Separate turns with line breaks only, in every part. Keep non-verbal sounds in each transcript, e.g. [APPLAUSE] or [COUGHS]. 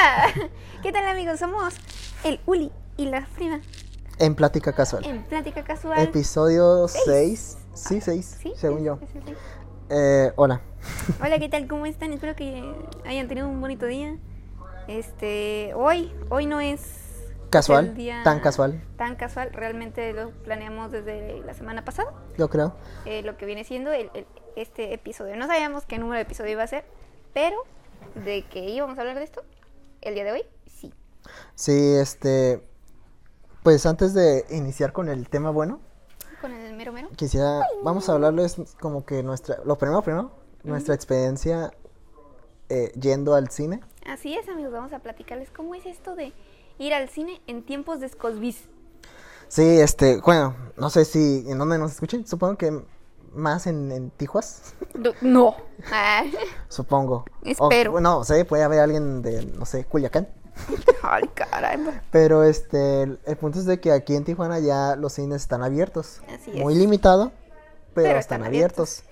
Ah, ¿Qué tal amigos? Somos el Uli y las primas
En plática casual.
en Plática Casual.
Episodio
Seis.
6. Sí,
Ah,
6,
sí,
según
sí,
yo.
sí, sí.
Eh, hola.
Hola, ¿qué tal? ¿Cómo están? Espero que hayan tenido un bonito día. Este, hoy, hoy no es
Casual.
el día
Tan casual,
Tan casual, realmente lo planeamos desde la semana pasada,
yo creo.
eh, lo que viene siendo el- el- este episodio. No sabíamos qué número de episodio iba a ser, pero de que íbamos a hablar de esto el día de hoy, sí.
Sí, este. Pues antes de iniciar con el tema bueno,
Con el mero mero.
quisiera. Vamos a hablarles como que nuestra. Lo primero, primero, nuestra experiencia eh, yendo al cine.
Así es, amigos, vamos a platicarles cómo es esto de ir al cine en tiempos de escosbis.
Sí, este. Bueno, no sé si. ¿En dónde nos escuchen? Supongo que más en, en Tijuas. [LAUGHS]
No.
Supongo.
Espero.
O, no sé, puede haber alguien de, no sé, Culiacán.
Ay,
pues.
caramba.
Pero este, el, el punto es de que aquí en Tijuana ya los cines están abiertos.
Así
Muy
es.
limitado,
Pero
pero, están,
están
abiertos.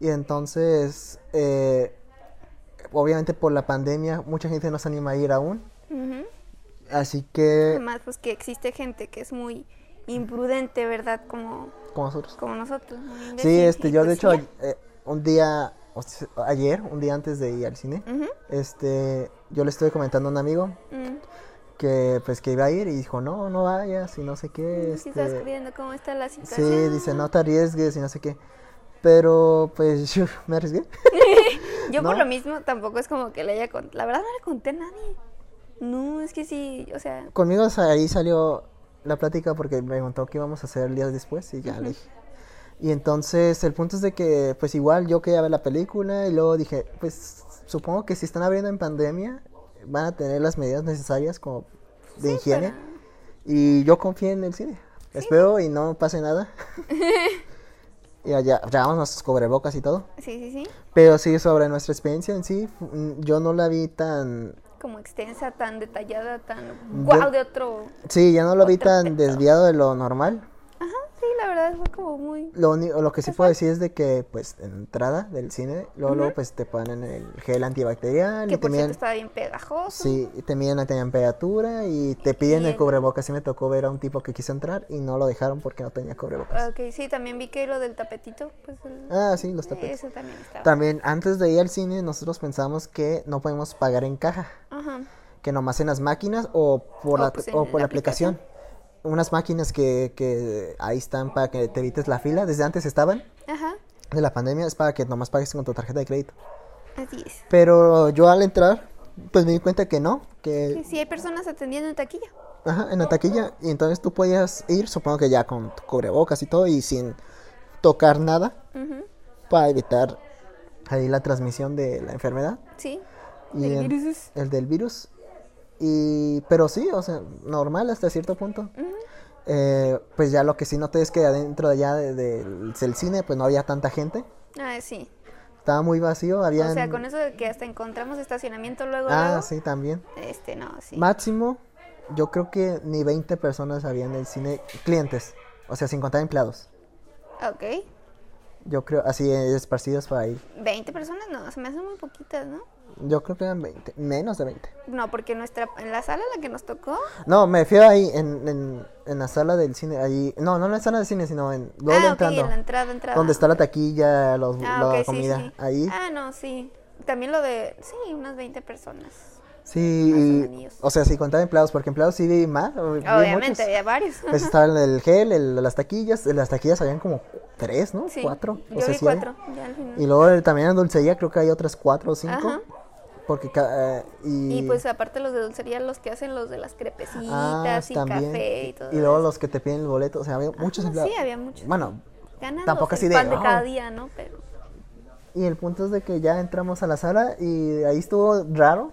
Y entonces, eh, obviamente por la pandemia, mucha gente no se anima a ir aún.
Ujú.
Así que,
Además, pues que existe gente que es muy imprudente, ¿verdad? Como,
como nosotros.
como nosotros. muy
Sí,
imbécil.
este,
Y
yo de
pues,
hecho
ya.
a- eh, un día, o sea, ayer, un día antes de ir al cine,
Ujú.
este, yo le estuve comentando a un amigo
Mm.
que pues que iba a ir y dijo, no, no vayas y no sé qué.
Sí,
Este,
estás viendo cómo está la
Sí,
situación.
dice, no te arriesgues y no sé qué. Pero pues [LAUGHS] yo me arriesgué.
Yo por
no.
lo mismo tampoco es como que le haya contado. La verdad no le conté a nadie. No, es que sí, o sea,
Conmigo sa- ahí salió la plática porque me preguntó qué íbamos a hacer días después y ya le dije. Y entonces el punto es de que pues igual yo quería ver la película y luego dije, pues supongo que si están abriendo en pandemia van a tener las medidas necesarias como de
Sí,
higiene.
para-
Y yo confié en el cine. Espero y no
[LAUGHS]
pase nada. y allá llevamos nuestros cubrebocas y todo.
sí, sí, sí.
Pero sí, sobre nuestra experiencia en sí, fu- mm, yo no la vi tan...
Como extensa, tan detallada, tan
Yo-
wow de otro.
Sí, yo no lo vi
Otro
tan
aspecto.
desviado de lo normal.
Ajá, sí, la verdad fue como muy.
Lo, único, lo que sí puedo decir es de que, pues, en la entrada del cine, luego, luego, pues, te ponen el gel antibacterial
Que
y te
por cierto
miden...
estaba bien pegajoso.
Sí, y te miden la temperatura y te piden
Y
el
el-
cubrebocas. Sí me tocó ver a un tipo que quiso entrar y no lo dejaron porque no tenía cubrebocas.
Ok, sí, también vi que lo del tapetito, pues. el-
Ah, sí, los tapetes.
Eso también estaba.
También, antes de ir al cine, nosotros pensamos que no podemos pagar en caja.
Ajá.
que nomás en las máquinas o por,
O,
la,
pues,
o
en
por
la
la aplicación. Unas máquinas que, que ahí están para que te evites la fila, desde antes estaban,
Ajá.
de la pandemia, es para que nomás pagues con tu tarjeta de crédito.
Así es.
Pero yo al entrar, pues me di cuenta que no, que
Sí, sí, hay personas atendiendo en taquilla.
ajá, en la taquilla, y entonces tú podías ir, supongo que ya con tu cubrebocas y todo, y sin tocar nada,
Ujú,
para evitar ahí la transmisión de la enfermedad.
Sí.
Y
Del
en-
virus.
el del virus. Y, pero sí, o sea, normal hasta cierto punto. Eh, pues ya lo que sí noté es que adentro de allá de- del del cine pues no había tanta gente.
Ah, sí.
Estaba muy vacío, había...
O sea, con eso de que hasta encontramos estacionamiento luego.
Ah,
luego,
sí, también.
Este, no, sí.
Máximo, yo creo que ni 20 personas había en el cine, clientes, o sea, sin contar empleados.
ok.
Yo creo, así eh, esparcidos por ahí.
20 personas, no, se me hacen muy poquitas, ¿no?
Yo creo que eran 20, menos de 20.
No, porque nuestra, en la sala en la que nos tocó.
No, me refiero ahí, en, en, en la sala del cine, ahí... No, no en la sala del cine, sino en... luego
ah, ok,
entrando.
en la entrada, entrada.
Donde está la taquilla, los-
Ah,
la
ok, sí,
comida.
sí.
Ahí.
Ah, no, sí. También lo de, sí, unas 20 personas.
sí,
más o menos.
o sea, si contaba empleados, porque empleados sí vi más. o- vi muchos.
Obviamente, había varios.
Pues estaban el gel, el- las taquillas. En las taquillas habían como tres,
[LAUGHS]
¿no?
Sí,
Cuatro. o
Yo
sea,
vi
sí hay.
cuatro, ya al final.
Y luego eh, también en dulcería creo que hay otras cuatro o cinco.
Ajá.
Porque ca- eh, y,
Y pues aparte los de dulcería, los que hacen los de las crepecitas
ah,
y
también.
café y todo.
y luego los que te piden el boleto. O sea, había muchos
sí,
empleados.
había muchos.
Bueno,
Ganan
tampoco
los
así de,
pan de
"Oh".
cada día, ¿no? Pero
y el punto es de que ya entramos a la sala y ahí estuvo raro.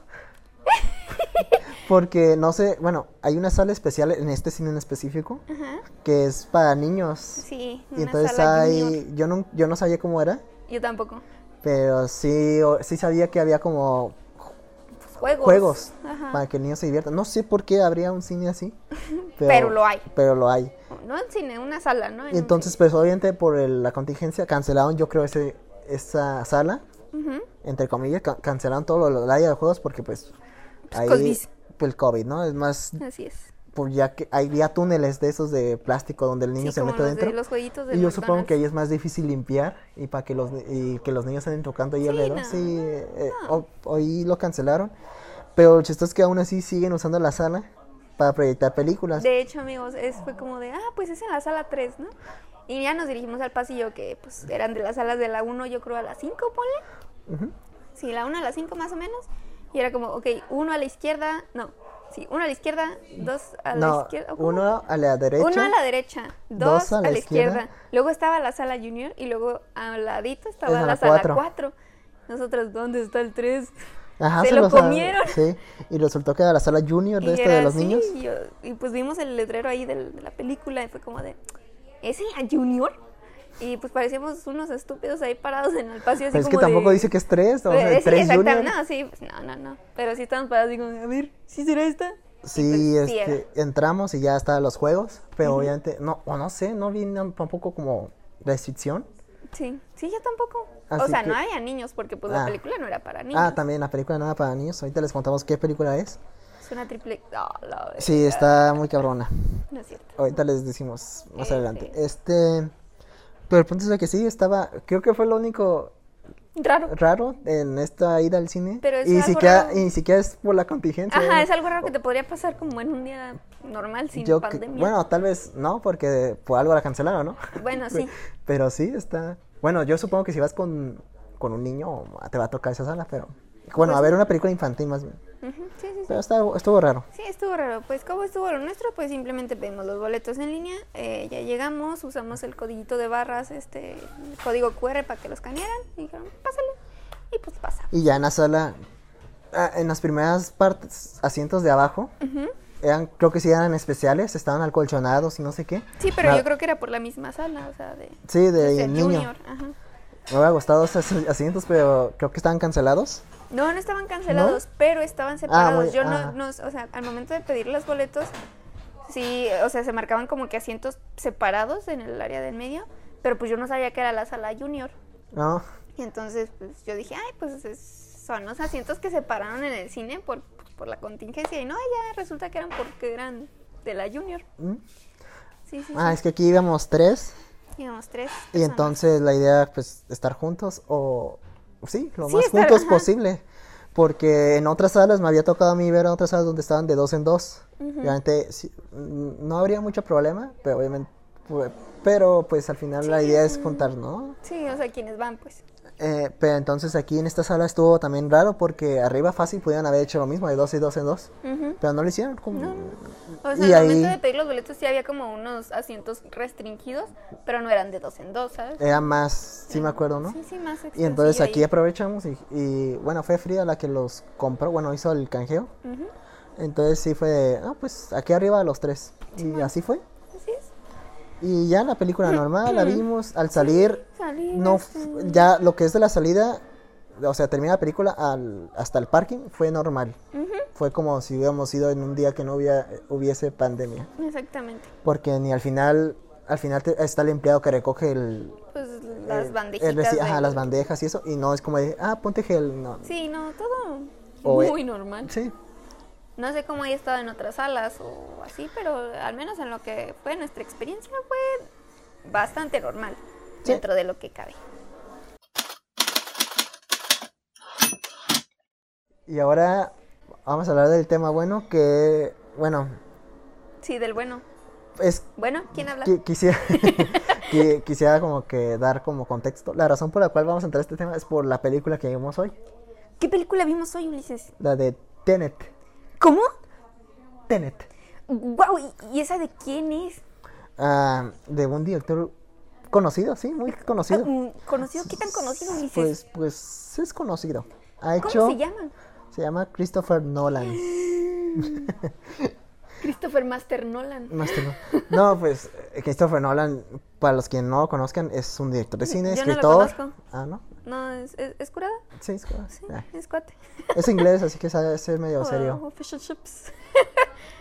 Porque no sé, bueno, hay una sala especial en este cine en específico
Ajá.
que es para niños.
sí,
y
una
entonces
sala junior.
hay, yo no, yo no sabía cómo era,
Yo tampoco.
pero sí, o- sí sabía que había como
Pues, Juegos.
juegos
Ajá.
para que el niño se divierta. No sé por qué habría un
[LAUGHS]
cine así, pero,
Pero lo hay.
Pero lo hay.
No en cine, una sala, ¿no? En
Y
un
entonces, pues obviamente por el- la contingencia cancelaron, yo creo, ese, esa sala.
cine. Ujú.
entre comillas, ca- cancelaron todo lo- lo del área de juegos porque pues,
Pues, cosbis.
por el COVID, ¿no? Es más,
Así es.
por ya que hay ya túneles de esos de plástico donde el niño
Sí,
se
como
mete
los, de-
dentro.
los jueguitos de
Y yo supongo que
McDonald's.
ahí es más difícil limpiar y para que los, ni- y que los niños anden tocando ahí
Sí,
alrededor.
no,
sí, eh, o- hoy lo cancelaron. Pero el chiste es que aún así siguen usando la sala para proyectar películas.
De hecho, amigos, es, fue como de, ah, pues es en la sala 3, ¿no? Y ya nos dirigimos al pasillo que pues eran de las salas de la 1, yo creo a la 5, ponle.
Ujú.
Sí, la 1 a la 5 más o menos. Y era como, ok, uno a la izquierda, no. Sí, uno a la izquierda, dos a la
No,
izquierda. ¿o cómo?
uno a la derecha.
Uno a la derecha, dos, a la, izquierda.
izquierda.
Luego estaba la sala junior y luego al ladito estaba
Era
la,
la
sala
cuatro.
4. Nosotros, ¿dónde está el 3?
Ajá,
se lo
los a-
comieron.
sí, y resultó que era la sala junior de
Y
este
era
de los
así,
niños.
Y, yo- y pues vimos el letrero ahí del- de la película y fue como de, ¿es en la Junior? Y pues parecíamos unos estúpidos ahí parados en el pasillo. Así
Pero es que
como de-
tampoco dice que es tres, o sea,
Eh, sí,
tres
exactamente,
junior.
No, sí, pues, no, no, no. Pero sí estábamos parados así como, de, a ver, ¿sí será esta?
Sí,
pues, sí
este, entramos y ya estaban los juegos, pero obviamente, no, o no sé, no vi na- tampoco como restricción.
Sí, sí, yo tampoco. o
Así
sea,
Ah, que-
no había niños porque pues la
Ah.
película no era para niños.
Ah, también la película nada para niños, ahorita les contamos qué película es.
Es una triple... Ah, la verga.
Sí, está muy cabrona.
No es cierto.
Ahorita les decimos más
Eh,
adelante.
sí.
Este, pero el punto es de que sí, estaba, creo que fue lo único
Raro.
raro en esta ida al cine.
Pero es
y ni
algo
siquiera,
raro.
y ni siquiera es por la contingencia.
Ajá,
¿no?
es algo raro que te podría pasar como en un día normal sin
Yo que-
pandemia.
bueno, tal vez no, porque por algo la cancelaron, ¿no?
Bueno, Ah,
[LAUGHS]
sí.
Pero sí, está. Bueno, yo supongo que si vas con, con un niño te va a tocar esa sala, pero.
Pues
Bueno, a ver una película infantil más bien.
Ujú, sí, sí, sí.
Pero está, estuvo raro.
Sí, estuvo raro. Pues, ¿cómo estuvo lo nuestro? Pues simplemente pedimos los boletos en línea, eh, ya llegamos, usamos el codiguito de barras, este, el código QR para que los escanearan, y dijeron, pásale, y pues pasa.
Y ya en la sala, ah, en las primeras partes, asientos de abajo, eran, creo que sí eran especiales, estaban acolchonados y no sé qué.
Sí, pero
Me-
yo creo que era por la misma sala, o sea, de,
Sí, Ah. de
de
niño.
junior. Ajá.
Me hubiera gustado esos asientos, pero creo que estaban cancelados.
No, no estaban cancelados, pero estaban
Ah,
separados.
muy-
Yo no,
ah.
no, o sea, al momento de pedir los boletos, sí, o sea, se marcaban como que asientos separados en el área del medio, pero pues yo no sabía que era la sala junior.
No,
Y entonces pues, yo dije, ay, pues es- son los asientos que separaron en el cine por, pues, por la contingencia. Y no, ya resulta que eran porque eran de la junior.
¿Mm?
Sí, sí,
Ah,
sí.
es que aquí íbamos tres
Íbamos tres.
y
personas.
entonces la idea pues estar juntos o sí, lo
Sí,
más
estar,
juntos
ajá.
posible. Porque en otras salas me había tocado a mí ver a otras salas donde estaban de dos en dos.
Ujú.
Obviamente sí, mm, no habría mucho problema, pero obviamente pu- pero pues al final la
Sí,
idea
es
es juntar, ¿no?
Sí, o sea, quienes van, pues.
Eh, pero entonces aquí en esta sala estuvo también raro porque arriba fácil pudieron haber hecho lo mismo de dos y dos en dos,
Ujú.
pero no lo hicieron. como-
O
Y
sea, al momento
ahí-
de pedir los boletos sí había como unos asientos restringidos, pero no eran de dos en dos, ¿sabes?
Era más, Eh, sí me acuerdo, ¿no?
Sí, sí, más
Y entonces
extensillo
aquí
ahí.
aprovechamos y, y, bueno, fue Frida la que los compró, bueno, hizo el canjeo.
Ujú.
Entonces sí fue de, ah, pues aquí arriba a los tres. Y así fue.
Así es.
Y ya la película normal la vimos. Al salir,
Salí,
no,
este,
f- ya lo que es de la salida, o sea, termina la película al- hasta el parking, fue normal. Fue como si hubiéramos ido en un día que no hubiera, hubiese pandemia.
Exactamente.
Porque ni al final, al final te- está el empleado que recoge el...
Pues las
el- el
bandejitas.
reci- Eh, ajá,
de-
las bandejas y eso. Y no es como de, ah, ponte gel. No,
Sí, no, todo
O, eh,
muy normal.
Sí.
No sé cómo haya estado en otras salas o así, pero al menos en lo que fue nuestra experiencia fue bastante normal
Sí.
dentro de lo que cabe.
Y ahora vamos a hablar del tema bueno que, bueno,
Sí, del bueno.
es
Bueno, ¿quién habla?
que
[LAUGHS]
quisiera, [LAUGHS] que quisiera como que dar como contexto. La razón por la cual vamos a entrar a este tema es por la película que vimos hoy,
¿Qué película vimos hoy, Ulises?
la de Tenet.
¿Cómo?
Tenet.
¡Wow! ¿Y, y esa de quién es?
Ah, de un director conocido, sí, muy conocido.
Mm, ¿Conocido? ¿Qué tan conocido, Ulises?
Pues, pues es conocido.
¿Cómo
Ha hecho,
se llama?
se llama Christopher Nolan.
Christopher Master Nolan.
Más que no. No, pues eh, Christopher Nolan, para los que no lo conozcan, es un director de cine,
Yo no lo
escritor.
conozco.
Ah, ¿no.
No, ¿es, es, es curada?
Sí, es,
Sí,
ah,
es cuate.
es inglés, así que sabe ser medio
Oh,
serio.
fish and chips.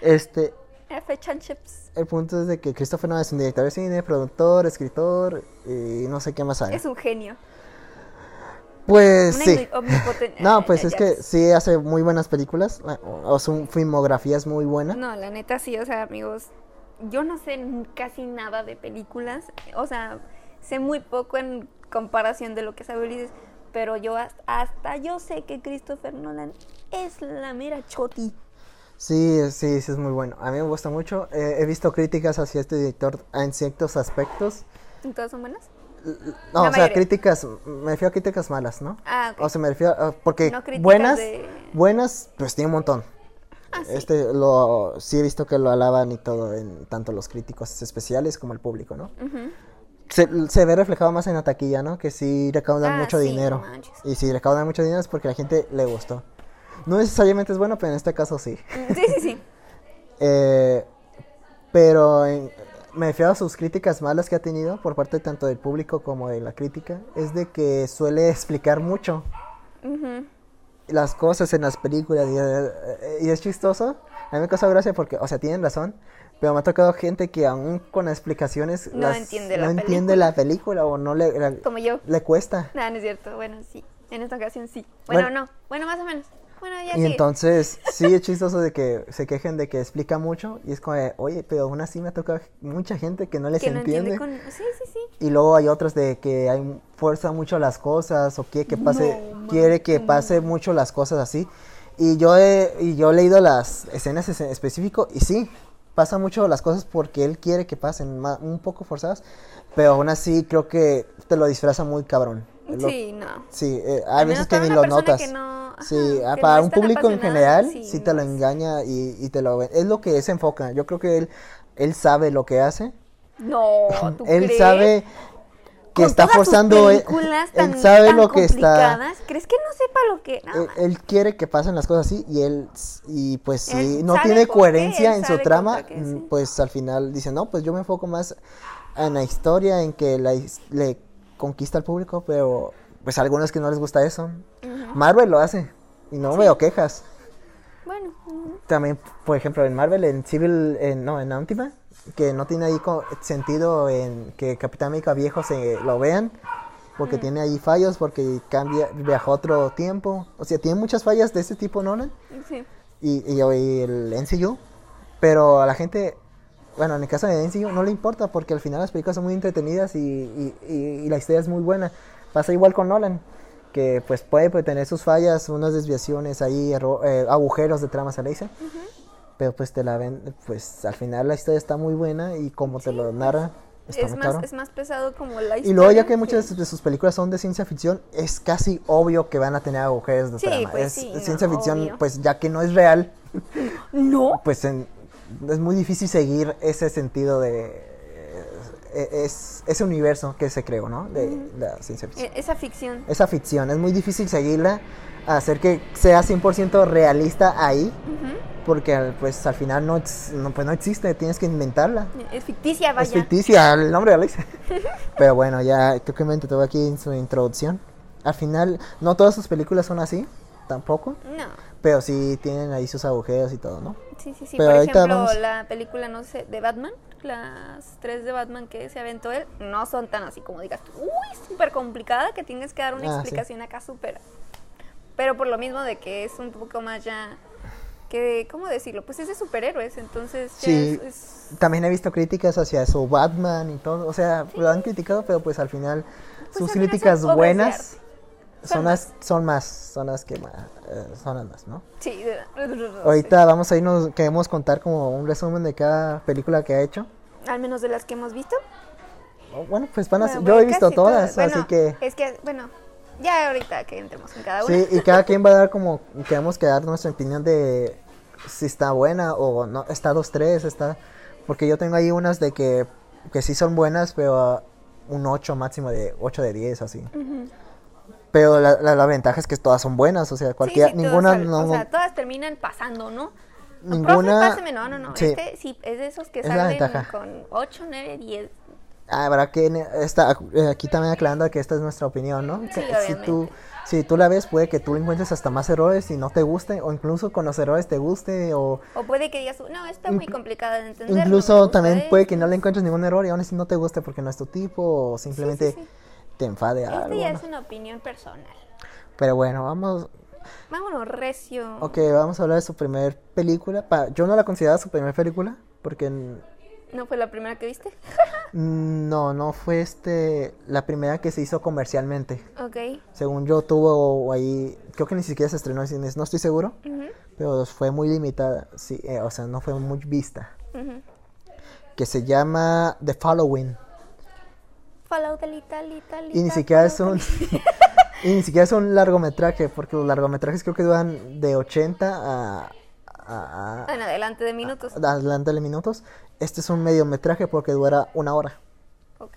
Este,
Eh, fish and chips.
el punto es de que Christopher Nolan es un director de cine, productor, escritor y no sé qué más sabe.
Es un genio.
Pues
Una
Ah. sí.
omni- omnipoten-
No,
Ay, [LAUGHS]
pues
ya,
es
ya,
que
pues.
sí hace muy buenas películas. la- O su filmografía es muy buena.
No, la neta sí, o sea, amigos, yo no sé n- casi nada de películas, o sea, sé muy poco en comparación de lo que sabe Ulises, pero yo has- hasta, yo sé que Christopher Nolan es la mera choti.
Sí, sí, sí, es muy bueno. A mí me gusta mucho. Eh, he visto críticas hacia este director en ciertos aspectos.
¿Y todas son buenas?
No,
La
o sea,
mayoría.
críticas, me refiero a críticas malas, ¿no?
Ah, ok.
O sea, me refiero a- porque
No críticas
buenas,
de-
buenas, pues tiene un montón.
Ah, sí.
Este lo sí he visto que lo alaban y todo en tanto los críticos especiales como el público, ¿no?
Ujú. Mm,
Se, se ve reflejado más en la taquilla, ¿no? Que sí recaudan
Ah,
mucho
sí, no
dinero.
manches.
Y si recaudan mucho dinero es porque a la gente le gustó. No necesariamente es bueno, pero en este caso sí.
Mm, Sí, sí, sí.
Eh, pero en- me refiero a sus críticas malas que ha tenido por parte tanto del público como de la crítica. Es de que suele explicar mucho
Ujú.
las cosas en las películas y, eh, y es chistoso. A mí me causa gracia porque, o sea, tienen razón, pero me ha tocado gente que aún con las explicaciones
No
las-
entiende la
no entiende la película o no le, la-
Como yo.
le cuesta.
No, no es cierto. Bueno, sí. En esta ocasión sí. Bueno,
Bueno.
no. Bueno, más o menos. Bueno, ya
Y
sigue.
entonces sí es chistoso de que se quejen de que explica mucho y es como, de, oye, pero aún así me ha tocado mucha gente que no les
que no
entiende.
entiende con... Sí, sí, sí.
Y luego hay otros de que hay, fuerza mucho las cosas o quiere que pase,
No, man,
quiere que pase mucho las cosas así. Y yo he, y yo he leído las escenas es- en específico y sí, pasa mucho las cosas porque él quiere que pasen ma- un poco forzadas, pero aún así creo que te lo disfraza muy cabrón. Lo-
Sí, no.
sí, eh, hay
Al
veces
menos
que
para
ni
una
lo
persona
notas.
que no- ajá,
sí, ah,
que
para
no
un
es tan
público en
apasionada,
general sí,
sí, pues.
te
no
lo
es-
engaña y, y te lo ve- Es lo que se enfoca. Yo creo que él, él sabe lo que hace.
No, ¿tú
Él
crees?
sabe que
Con
está
todas sus
forzando. Él,
películas
él
tan-
sabe
tan
lo que está. Eh,
complicadas, ¿Crees que no sepa lo que.? No,
Él, él quiere que pasen las cosas así y él y pues si
Él
no
sabe
tiene
por qué,
coherencia
él
en su
sabe
trama,
contra qué,
mm,
sí.
pues al final dice no, pues yo me enfoco más en la historia, en que la his- le conquista al público, pero pues a algunos que no les gusta eso. Marvel lo hace y no veo quejas.
bueno, mm,
También, por ejemplo, en Marvel, en Civil, en- no, en Última, que no tiene ahí co- sentido en que Capitán América viejo se lo vean, porque tiene ahí fallos, porque cambia, viajó a otro tiempo. O sea, tiene muchas fallas de ese tipo, Nolan,
sí.
y, y, y el NCU, pero a la gente, bueno, en el caso de NCU no le importa, porque al final las películas son muy entretenidas y, y- y- y la historia es muy buena. Pasa igual con Nolan. Que pues puede pues, tener sus fallas, unas desviaciones ahí, erro- eh, agujeros de tramas se le dice, pero pues te la ven, pues al final la historia está muy buena y como te lo narra, está
pues, Es
muy
más,
caro.
es más pesado como la historia.
Y luego ya que muchas de sus películas son de ciencia ficción, es casi obvio que van a tener agujeros de
Sí,
trama.
pues
es,
sí,
es
no,
ciencia ficción,
obvio.
pues ya que no es real,
No.
pues en- es muy difícil seguir ese sentido de eh, es, ese universo que se creó, ¿no? De la ciencia ficción.
e- Esa ficción.
Esa ficción, es muy difícil seguirla, hacer que sea 100% realista ahí,
Ujú.
porque al- pues al final no, ex- no, pues, no existe, tienes que inventarla.
Es ficticia,
Es
vaya.
ficticia el nombre de Alexa. Pero bueno, ya creo que me entretuve aquí en su introducción. Al final, no todas sus películas son así, tampoco.
No.
Pero sí tienen ahí sus agujeros y todo, ¿no?
Sí, sí, sí.
Pero
Por
ahorita
ejemplo,
vamos-
la película, no sé, de Batman, las tres de Batman que se aventó él, no son tan así como digas tú, uy, súper complicada, que tienes que dar una
Ah, sí.
explicación acá súper. Pero por lo mismo de que es un poco más ya, que, ¿cómo decirlo? Pues es de superhéroes, entonces ya
Sí.
es, es-
También he visto críticas hacia su Batman y todo. O sea, lo han criticado, pero pues al final sus
al final son
críticas
obras de
buenas son,
Son
las son más, son las que más, eh, son las más, ¿no?
sí. [LAUGHS]
Ahorita vamos a irnos, queremos contar como un resumen de cada película que ha hecho.
Al menos de las que hemos visto.
O, Bueno, pues van a,
Bueno,
yo he
bueno,
visto
casi todas.
todas,
Bueno,
así que
Es que, bueno, ya ahorita que entremos en cada una.
sí. Y cada quien va a dar como queremos que dar nuestra opinión de si está buena o no. Está dos tres, está porque yo tengo ahí unas de que que sí son buenas, pero ah, un 8 máximo de 8 de 10 así. Pero la, la, la ventaja es que todas son buenas, o sea, cualquiera,
Sí, sí, todas
ninguna,
sal-
no,
o sea, todas terminan pasando, ¿no?
Ninguna-
Ninguna. Profe, páseme, no, no, no.
sí.
Este sí es de esos que
Es la
salen
ventaja.
con 8, 9, 10.
Ah, habrá que ne- esta, eh, aquí también aclarando que esta es nuestra opinión, ¿no? Que si
obviamente.
tú si tú la ves puede que tú encuentres hasta más errores y no te guste o incluso con los errores te guste o
O puede que digas, no, está muy complicada de entender. no
incluso
me gusta
también
esto".
puede que no le encuentres ningún error y aún así no te guste porque no es tu tipo o simplemente
sí.
te enfade a
Esta
algo.
ya
¿no?
es una opinión personal.
Pero bueno, vamos.
Vámonos, recio.
Ok, vamos a hablar de su primer película. Pa- yo no la consideraba su primer película porque n-
¿No fue la primera que viste?
no, no fue este la primera que se hizo comercialmente.
ok.
Según yo tuvo ahí, creo que ni siquiera se estrenó en cines, no estoy seguro,
Ujú,
pero fue muy limitada, sí, eh, o sea, no fue muy vista.
ujú.
Que se llama The Following.
Fallout del Italy, Italy.
Y ni siquiera es un. [LAUGHS] y ni siquiera es un largometraje, porque los largometrajes creo que duran de 80 a. a, a-
En adelante de minutos.
a- adelante de minutos. Este es un mediometraje porque dura una hora.
Ok.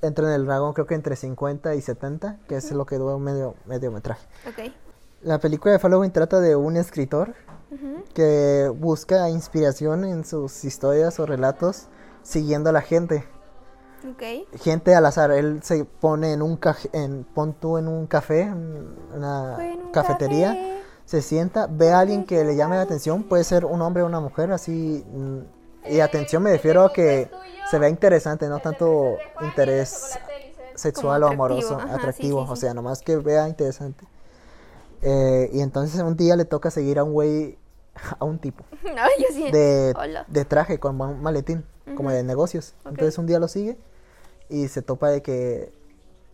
Entra en el dragón, creo que entre 50 y 70, que es lo que dura un medio, mediometraje.
Ok.
La película de Following trata de un escritor
Ujú,
que busca inspiración en sus historias o relatos siguiendo a la gente.
Ok.
gente al azar. Él se pone en un caj- en pon tú en un café, en una
Fue en un
Ah, cafetería,
café.
se sienta, ve a alguien que le llame la atención, puede ser un hombre o una mujer, así mm, y atención me refiero a que
pues,
se vea interesante, no tanto interés sexual o
Como atractivo,
amoroso,
ajá, sí,
atractivo,
sí, sí.
o sea, nomás que vea interesante. Eh, y entonces un día le toca seguir a un güey, a un tipo
[LAUGHS] No, yo sí.
de,
[LAUGHS] Hola.
de traje con un maletín, como de negocios.
Ok.
Entonces un día lo sigue y se topa de que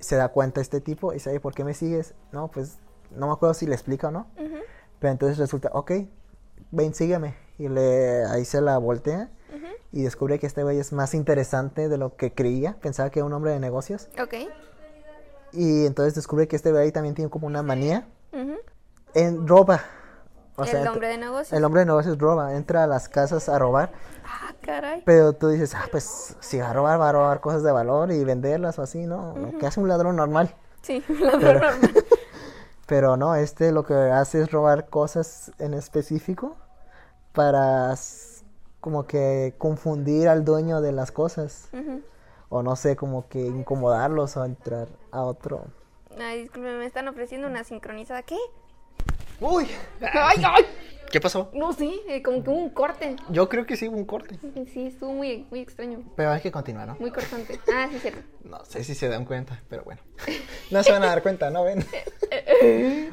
se da cuenta este tipo y dice, "Oye, ¿por qué me sigues? No, pues no me acuerdo si le explica o no.
Ujú,
Pero entonces resulta, ok, ven, sígueme. Y le, ahí se la voltea
ujú.
y descubre que este güey es más interesante de lo que creía. Pensaba que era un hombre de negocios.
Ok.
Y entonces descubre que este güey también tiene como una manía
Ujú.
en ropa. O sea,
el
ent-
nombre de negocio.
el hombre de negocios roba, entra a las casas a robar.
Ah, caray.
Pero tú dices, ah, pues si va a robar, va a robar cosas de valor y venderlas o así, ¿no? Lo que hace un ladrón normal.
Sí, [LAUGHS] la verdad.
Pero no, este lo que hace es robar cosas en específico para s- como que confundir al dueño de las cosas.
Ujú.
O no sé, como que incomodarlos o entrar a otro.
Ay, disculpen, me están ofreciendo una sincronizada. ¿Qué?
¡Uy!
¡Ay, ay!
¿Qué pasó?
No sé, eh, como que hubo un corte.
Yo creo que sí hubo un corte.
Sí, estuvo muy, muy extraño,
Pero hay que continuar, ¿no?
muy cortante. Ah, sí, cierto.
No sé si se dan cuenta, pero bueno. No se van a dar cuenta,
[LAUGHS]
¿no ven?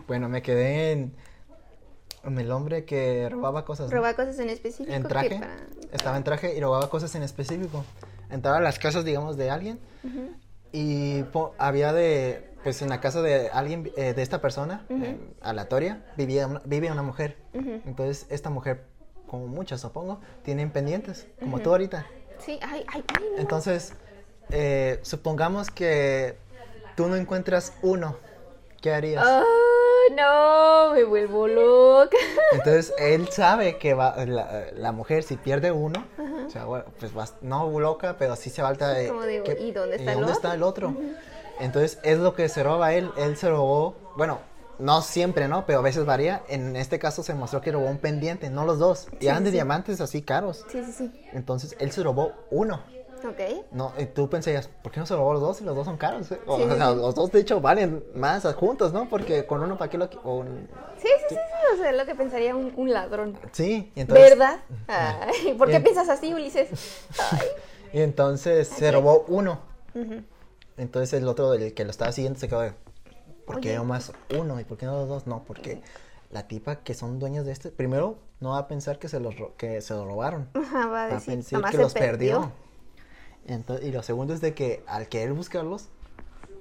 Bueno, me quedé en, en el hombre que robaba cosas. ¿no?
Roba cosas en específico.
En
que
traje.
para-
Estaba en traje y robaba cosas en específico. Entraba a las casas, digamos, de alguien. Y po- había de, pues en la casa de alguien, eh, de esta persona, eh, aleatoria, vivía una, vive una mujer. Entonces, esta mujer, como muchas supongo, tienen pendientes, como tú ahorita.
Sí, ay, ay, ay. no.
Entonces, eh, supongamos que tú no encuentras uno. ¿Qué harías?
Ah, no, me vuelvo loca.
Entonces, él sabe que va, la, la mujer, si pierde uno, o sea, bueno, pues va- no loca, pero sí se falta de.
Como digo, ¿y dónde está el otro?
dónde está el otro? Entonces, es lo que se roba él. Él se robó, bueno, no siempre, ¿no? Pero a veces varía. En este caso se mostró que robó un pendiente, no los dos. Y eran de diamantes así caros.
Sí, sí, sí.
Entonces, él se robó uno.
Ok.
No, y tú pensarías, ¿por qué no se robó los dos si los dos son caros? eh? O,
Sí, sí,
sea,
sí.
los dos de hecho valen más juntos, ¿no? Porque con uno para qué lo... qui- o un-
Sí, sí, sí, sí, o sea, lo que pensaría un, un ladrón.
Sí, y entonces...
¿Verdad? Ay, ¿Por qué
Bien.
piensas así, Ulises? [LAUGHS] Ay.
Y entonces se robó uno. Entonces el otro, el que lo estaba siguiendo, se quedó de, ¿por qué
Oye.
nomás uno? ¿Y por qué no los dos? No, porque la tipa que son dueños de este, primero no va a pensar que se los, ro- que se lo robaron.
Ajá, va a
Va a
decir,
pensar
nomás
que
se
los
perdió.
perdió. Ento- y lo segundo es de que al querer buscarlos,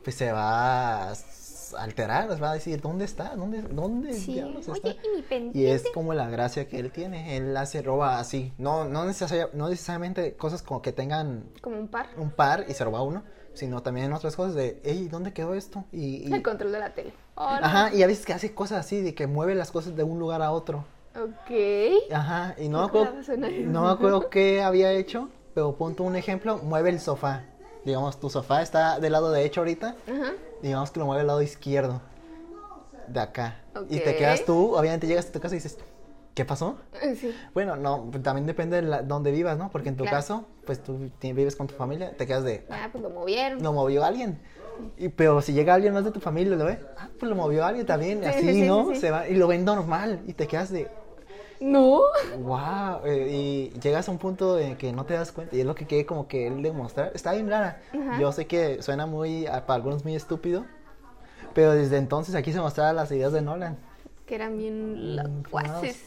pues se va a s- alterar, les va a decir, ¿dónde está? ¿Dónde, dónde
Sí.
diablos
Oye,
está?"
¿y mi pendiente?
Y es como la gracia que él tiene, él hace roba así, no, no, necesaria- no necesariamente cosas como que tengan
Como un par.
un par y se roba uno, sino también otras cosas de, hey, ¿dónde quedó esto? Y, y-
[LAUGHS] El control de la tele.
ajá, y a veces que hace cosas así, de que mueve las cosas de un lugar a otro.
Ok.
Ajá, y no me
Qué
acuerdo,
curado suena eso.
no me acuerdo qué había hecho, pero ponte un ejemplo, mueve el sofá. Digamos, tu sofá está del lado derecho ahorita,
Ajá.
digamos que lo mueve al lado izquierdo, de acá. Y
Ok.
te quedas tú, obviamente llegas a tu casa y dices, ¿qué pasó?
Sí.
Bueno, no, pues, también depende de la- dónde vivas, ¿no? Porque en tu
Claro.
caso, pues tú ti- vives con tu familia, te quedas de,
Ah, pues lo movieron.
lo movió alguien. Y, pero si llega alguien más de tu familia, lo ve, ah, pues lo movió alguien también,
Sí,
así,
sí, sí,
¿no?
sí, sí.
Se va, y lo ven normal, y te quedas de,
No.
wow, eh, y llegas a un punto en que no te das cuenta, y es lo que quiere como que él demostrar. Está bien rara. Yo sé que suena muy, a- para algunos muy estúpido, Pero desde entonces aquí se mostraban las ideas de Nolan.
que eran
Mm,
bien locuaces.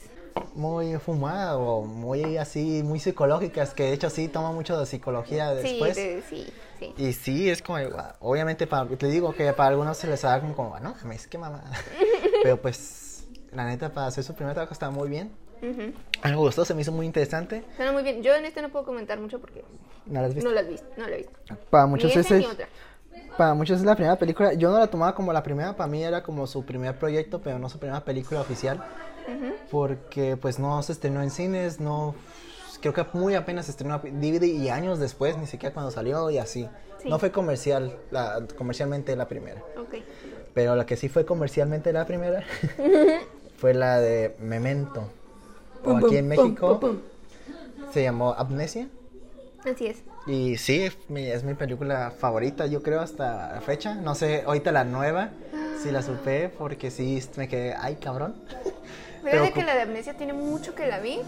Muy fumadas o muy así, muy psicológicas, que de hecho sí toma mucho de psicología
Sí,
después.
de- sí, sí.
Y sí, es como, igual, obviamente, para, te digo que para algunos se les haga como, como no mames,
[LAUGHS]
qué mamada. Pero pues, la neta, para hacer su primer trabajo está muy bien.
Ujú.
A mí me gustó, se me hizo muy interesante.
Suena muy bien. Yo en este no puedo comentar mucho porque
¿No la has visto?
no lo has visto, no lo he visto.
Para muchos
ni esa
es,
ni otra.
para muchos es la primera película. Yo no la tomaba como la primera, para mí era como su primer proyecto, pero no su primera película oficial. Porque pues no se estrenó en cines, no creo que muy apenas se estrenó en DVD y años después, ni siquiera cuando salió y así.
Sí.
No fue comercial, la, comercialmente la primera.
Ok.
Pero la que sí fue comercialmente
[LAUGHS]
la primera fue la de Memento. O aquí en México se llamó Amnesia.
Así es.
Y sí, es mi, es mi película favorita, yo creo, hasta la fecha. No sé, ahorita la nueva, si la supe, porque sí me quedé, ay, cabrón.
Pero
Pero
de que
cu-
la de amnesia tiene mucho que la vi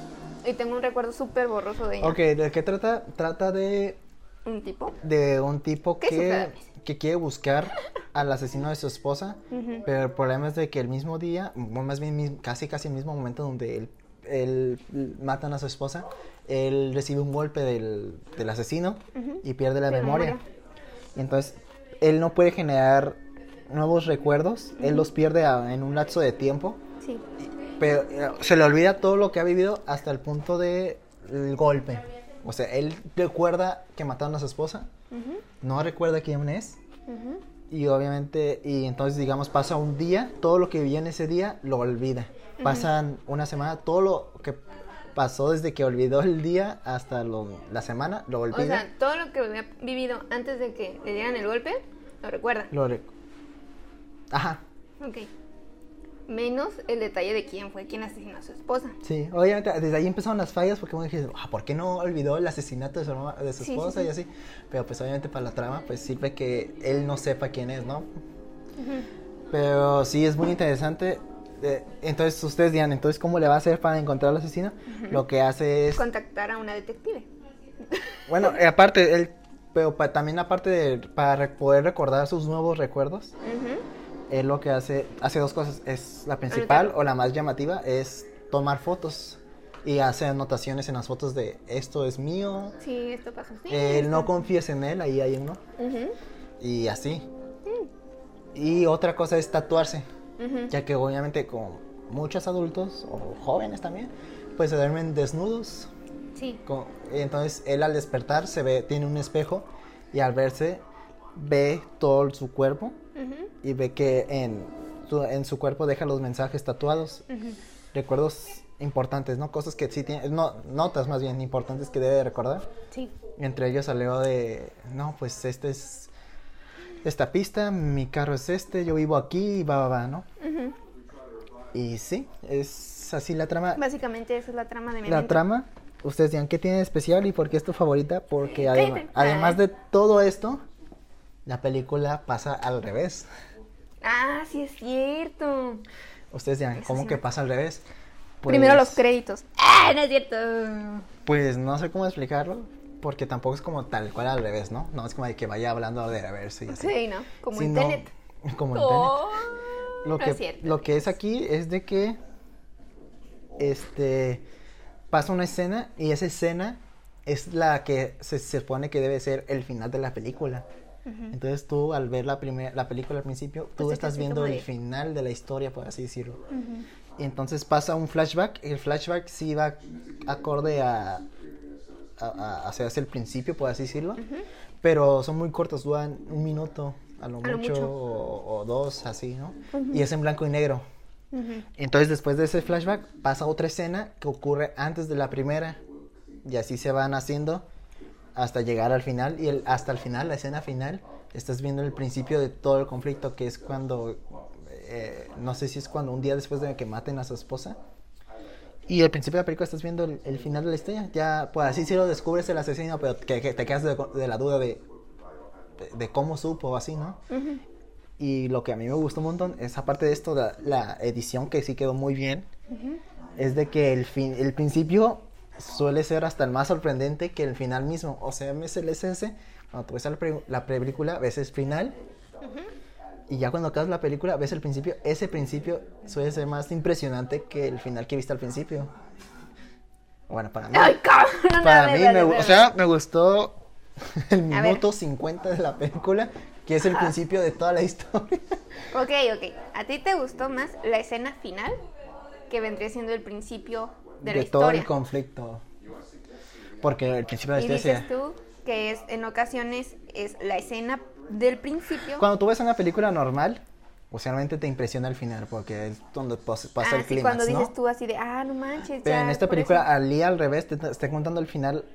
y tengo un recuerdo súper borroso de ella.
Ok, ¿de qué trata? Trata de,
Un tipo.
de un tipo
¿Qué supe de
que,
Amnesia?
que quiere buscar al asesino de su esposa, pero el problema es de que el mismo día, o más bien mis- casi casi el mismo momento donde él, él- matan a su esposa, él recibe un golpe del, del asesino y pierde la
De la
memoria.
memoria.
Y entonces él no puede generar nuevos recuerdos, él los pierde a- en un lapso de tiempo,
Sí.
pero eh, se le olvida todo lo que ha vivido hasta el punto de el golpe. O sea, él recuerda que mataron a su esposa,
Ujú,
no recuerda quién es.
ujú.
Y obviamente, y entonces digamos, pasa un día, todo lo que vivía en ese día lo olvida. Pasan una semana, todo lo que pasó desde que olvidó el día hasta lo- la semana, lo olvida.
O sea, todo lo que había vivido antes de que le dieran el golpe, lo recuerda.
lo rec- Ajá,
Ok. Menos el detalle de quién fue quien asesinó a su esposa.
sí. Obviamente, desde ahí empezaron las fallas porque uno dice, "Ah, ¿por qué no olvidó el asesinato de su, herma- de su
Sí, sí,
esposa
sí.
y así? Pero pues obviamente para la trama, pues sirve que él no sepa quién es, ¿no? Pero sí, es muy interesante. Eh, entonces, ustedes dirán, entonces, ¿cómo le va a hacer para encontrar al asesino? Lo que hace es...
Contactar a una detective.
Bueno, eh, aparte, él... Pero pa- también aparte de... Para re- poder recordar sus nuevos recuerdos,
Ujú.
él lo que hace... Hace dos cosas. Es la principal
Anotar.
o la más llamativa es tomar fotos. Y hace anotaciones en las fotos de esto es mío.
Sí, esto pasó. Sí,
Él no
esto-
confíes en él, ahí hay uno.
Ujú,
Y así. Y otra cosa es tatuarse.
ujú.
ya que obviamente como muchos adultos o jóvenes también, pues se duermen desnudos.
Sí.
con- entonces él al despertar se ve, tiene un espejo y al verse ve todo su cuerpo
Ujú,
y ve que en su, en su cuerpo deja los mensajes tatuados,
ujú.
recuerdos importantes, ¿no? Cosas que sí tiene, no, notas más bien importantes que debe de recordar.
Sí.
Entre ellos salió de, no, pues este es esta pista, mi carro es este, yo vivo aquí y va, va, va, ¿no?
Ujú.
Y sí, es así la trama.
Básicamente esa es la trama de mi
La trama, ustedes dirán, ¿qué tiene de especial y por qué es tu favorita? Porque adem-
Cállate.
además de todo esto, la película pasa al revés.
Ah, sí es cierto.
Ustedes dirán,
Eso
¿cómo
sí
que
me-
pasa al revés?
Primero los
Pues-
créditos. Ah, no es cierto.
Pues no sé cómo explicarlo, porque tampoco es como tal cual al revés, ¿no? No es como de que vaya hablando de revés y así.
Sí, ¿no? Como
Sino-
internet.
Como en Tenet.
Oh,
lo
no
que,
es cierto.
lo que es aquí es de que este pasa una escena y esa escena es la que se, se supone que debe ser el final de la película. Entonces tú al ver la, primer- la película al principio, tú
Pues es
estás
así
viendo
como
el
de-
final de la historia, por así decirlo. Y entonces pasa un flashback, y el flashback sí va acorde a, a, a- hacia hacia el principio, por así decirlo, pero son muy cortos, duran un minuto, a lo
A lo
mucho,
mucho.
O, o dos, así, ¿no? Y es en blanco y negro.
Ujú.
Entonces después de ese flashback pasa otra escena que ocurre antes de la primera y así se van haciendo hasta llegar al final y el- hasta el final, la escena final, estás viendo el principio de todo el conflicto que es cuando, eh, no sé si es cuando un día después de que maten a su esposa y al principio de la película estás viendo el, el final de la historia, ya pues así sí lo descubres el asesino pero que, que te quedas de, de la duda de, de, de cómo supo o así, ¿no? Y lo que a mí me gustó un montón es, aparte de esto, la, la edición que sí quedó muy bien, es de que el, fin, el principio suele ser hasta el más sorprendente que el final mismo. O sea, MSLSS, cuando tú ves la, pre- la película, ves el final Y ya cuando acabas la película, ves el principio. Ese principio suele ser más impresionante que el final que viste al principio. Bueno, para mí.
Ay, cabrón.
Para
a
mí,
ver, a
me,
ver,
gu-
a
o
ver.
sea, me gustó [LAUGHS] el
A ver.
minuto 50 de la película, que es el principio de toda la [LAUGHS] historia.
Ok, ok. ¿A ti te gustó más la escena final que vendría siendo el principio de, la
todo
historia?
el conflicto. Porque el principio de
y
la historia.
dices tú que es en ocasiones es la escena del principio.
Cuando tú ves una película normal, usualmente te impresiona el final, porque es donde pos- pasa
Ah,
el
sí,
clímax,
cuando
¿no?
dices tú así de, ah, no manches,
Pero
ya,
en esta
por eso".
película, ah, al día al revés, te te está contando el final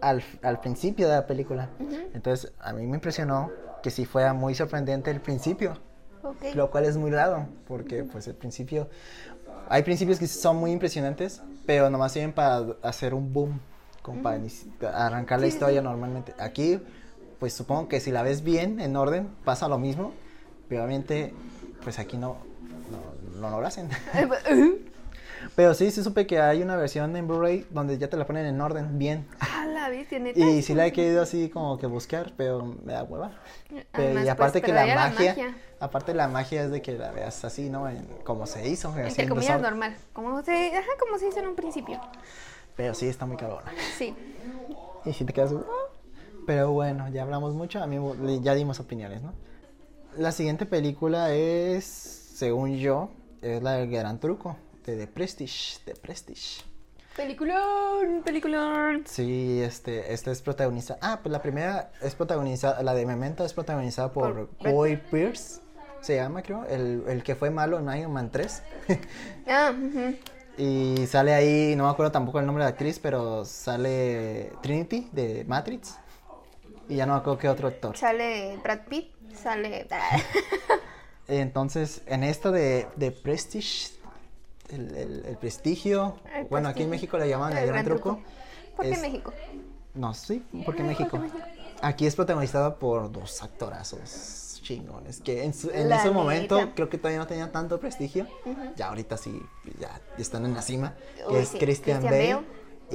al, al principio de la película. Entonces, a mí me impresionó que sí fuera muy sorprendente el principio.
Ok.
lo cual es muy raro, porque pues el principio, hay principios que son muy impresionantes, pero nomás sirven para hacer un boom, como para inici- arrancar la historia normalmente. Aquí, pues supongo que si la ves bien, en orden, pasa lo mismo, pero obviamente, pues aquí no, no, no lo hacen. [LAUGHS] pero sí, sí supe que hay una versión en Blu-ray donde ya te la ponen en orden, bien.
[LAUGHS] ah, la bestia, neta.
Y sí la he querido así como que buscar, pero me da hueva. Pe-
Además,
y
pues,
aparte que la
perdería la
magia,
magia.
aparte la magia es de que la veas así, ¿no? En- como se hizo, así
Entre
en
comillas,
desorden.
normal. Como se, ajá, como se hizo en un principio.
Pero sí está muy cabrona.
Sí.
Y si te quedas, "Ah". pero bueno, ya hablamos mucho, a mí me- ya dimos opiniones, ¿no? La siguiente película es, según yo, es la del Gran Truco de The Prestige, The Prestige.
Peliculón, peliculón.
Sí, este, esta es protagonizada. Ah, pues la primera es protagonizada, la de Memento es protagonizada por
Por-
Boy Pierce, se llama, creo, el, el que fue malo en Iron Man 3.
Ah, ujú.
[LAUGHS] Y sale ahí, no me acuerdo tampoco el nombre de la actriz, pero sale Trinity de Matrix. Y ya no me acuerdo qué otro actor.
Sale Brad Pitt, sale... [LAUGHS]
Entonces, en esta de, de Prestige, el, el- el prestigio,
El
bueno, aquí en
prestigio.
México le llaman el, gran, truco.
¿Por qué
Es-
México?
No, sí, porque
No,
México.
porque
Aquí es protagonizada por dos actorazos chingones, que en, su- en
La
ese
neta.
momento creo que todavía no tenían tanto prestigio. Ya ahorita sí, ya están en la cima. que
Uy,
es
sí,
Christian,
Christian
Bale,
Bale.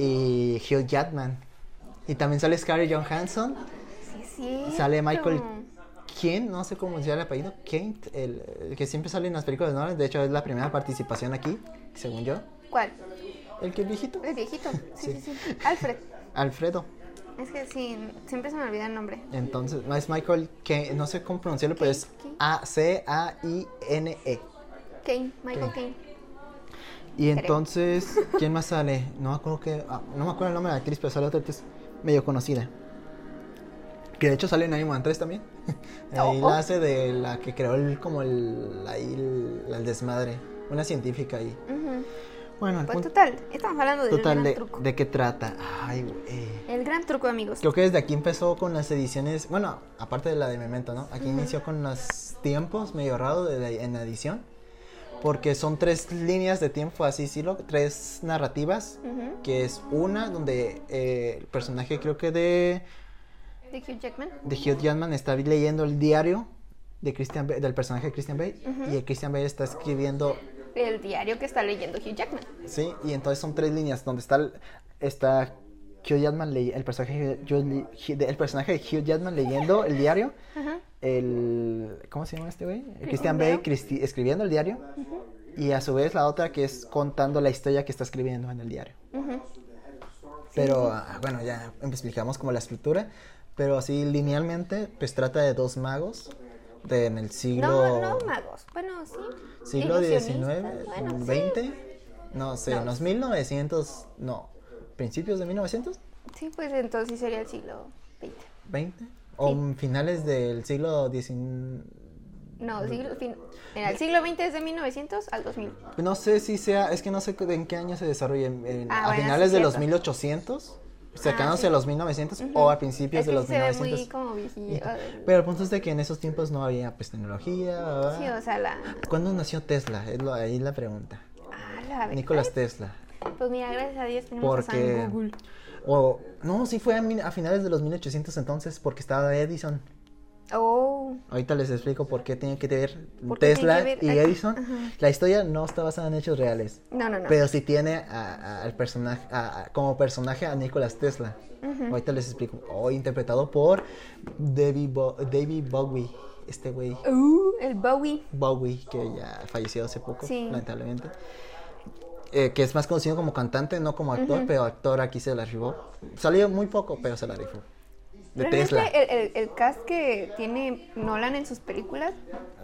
y Hugh Jackman. Y también sale Scarlett Johansson,
Sí, sí.
sale Michael Kent, no sé cómo se llama el apellido, Kent, el, el que siempre sale en las películas, ¿no? De hecho es la primera participación aquí, según yo.
¿Cuál?
El que es viejito,
El viejito. Sí,
Sí.
sí, sí. Alfred.
Alfredo.
Es que sí, siempre se me olvida el nombre.
Entonces, no es Michael, que no sé cómo pronunciarlo, pero es
Kane,
A-C-A-I-N-E.
Kane, Michael
Kane.
Kane.
E. Y entonces, ¿quién más sale? No me acuerdo que, ah, no me acuerdo el nombre de la actriz, pero sale otra actriz medio conocida. Que de hecho sale en Iron Man 3 también. [LAUGHS] Ahí
Oh, oh.
la hace de la que creó el, como el, ahí el, el desmadre. Una científica ahí.
Ujú.
Bueno, el
Pues
punto
total, estamos hablando del
total
gran
de,
truco.
de qué trata. Ay, güey.
El gran truco, amigos.
Creo que desde aquí empezó con las ediciones, bueno, aparte de la de Memento, ¿no? Aquí inició con los tiempos medio raro de la- en la edición, porque son tres líneas de tiempo, así decirlo, tres narrativas,
Ujú.
que es una donde eh, el personaje creo que de,
De Hugh Jackman.
de Hugh Jackman está leyendo el diario de Christian Bale- del personaje de Christian Bale, y el Christian Bale está escribiendo
El diario que está leyendo Hugh Jackman.
Sí, y entonces son tres líneas donde está el- está Hugh Jackman ley- el personaje de Hugh- Hugh- el personaje de Hugh Jackman leyendo el diario, el ¿cómo se llama este güey? El Christian Bale
Bale.
Cristi- escribiendo el diario y a su vez la otra que es contando la historia que está escribiendo en el diario.
Ujú.
Pero ah, bueno, ya explicamos como la estructura, pero así linealmente pues trata de dos magos de- en el siglo
No, no magos. Bueno, sí.
siglo XIX,
Ilusionistas, bueno, sí.
20, no sé,
No.
unos 1900, no, principios de 1900,
Sí, pues entonces sí sería el siglo XX.
20, o finales del siglo XIX,
No, siglo, fin- mira, el siglo XX es de 1900 al 2000.
no sé si sea, es que no sé en qué año se desarrolla, en- en-
Ah,
a
bueno,
finales
sí,
de los
cierto. Ah,
1800, cercanos
sí.
a los 1900 o a principios
Es que
de los
sí se ve muy
1900.
como eh, viejito.
Pero el punto es de que en esos tiempos no había pues tecnología. ¿verdad?
Sí, o sea, la...
¿Cuándo nació Tesla? Es lo- ahí la pregunta.
Ah, la verdad.
Nicolás Tesla.
Pues mira, gracias a Dios tenemos a
porque
San Google.
o no sí fue a, min- a finales de los 1800 entonces porque estaba Edison
Oh,
ahorita les explico por qué tiene que ver
¿Por qué
Tesla
tiene que
y
ver? Ay,
Edison
ajá.
la historia no está basada en hechos reales
no, no, no.
pero sí tiene a- a- al personaje a- a- como personaje a Nicolás Oh, Tesla ahorita les explico hoy interpretado por David Bo- David Bowie este güey
Uh, el Bowie.
Bowie, que ya falleció hace poco,
Sí.
lamentablemente. Eh, que es más conocido como cantante, no como actor, pero actor aquí se la rifó. Salió muy poco, pero se la rifó. De
Realmente
Tesla.
El, el- el cast que tiene Nolan en sus películas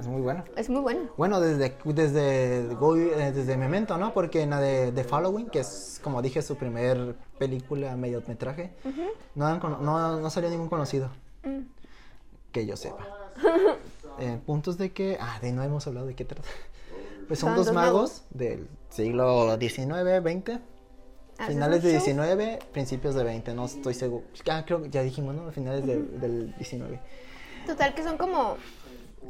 Es muy bueno.
es muy bueno.
Bueno, desde, desde, Go- eh, desde Memento, ¿no? Porque en la de, de Following, que es, como dije, su primer película mediometraje, no, han cono- no, no salió ningún conocido.
Mm.
Que
[LAUGHS]
yo sepa. Eh, puntos de que... Ah, de no hemos hablado de
[LAUGHS]
qué trata. Pues son,
Son
dos
dos
magos,
magos.
del siglo XIX, XX.
Hacen
Finales
un
de
show.
19, principios de 20, no estoy seguro. Ah, creo que ya dijimos, ¿no? Finales de- del 19.
Total, que son como.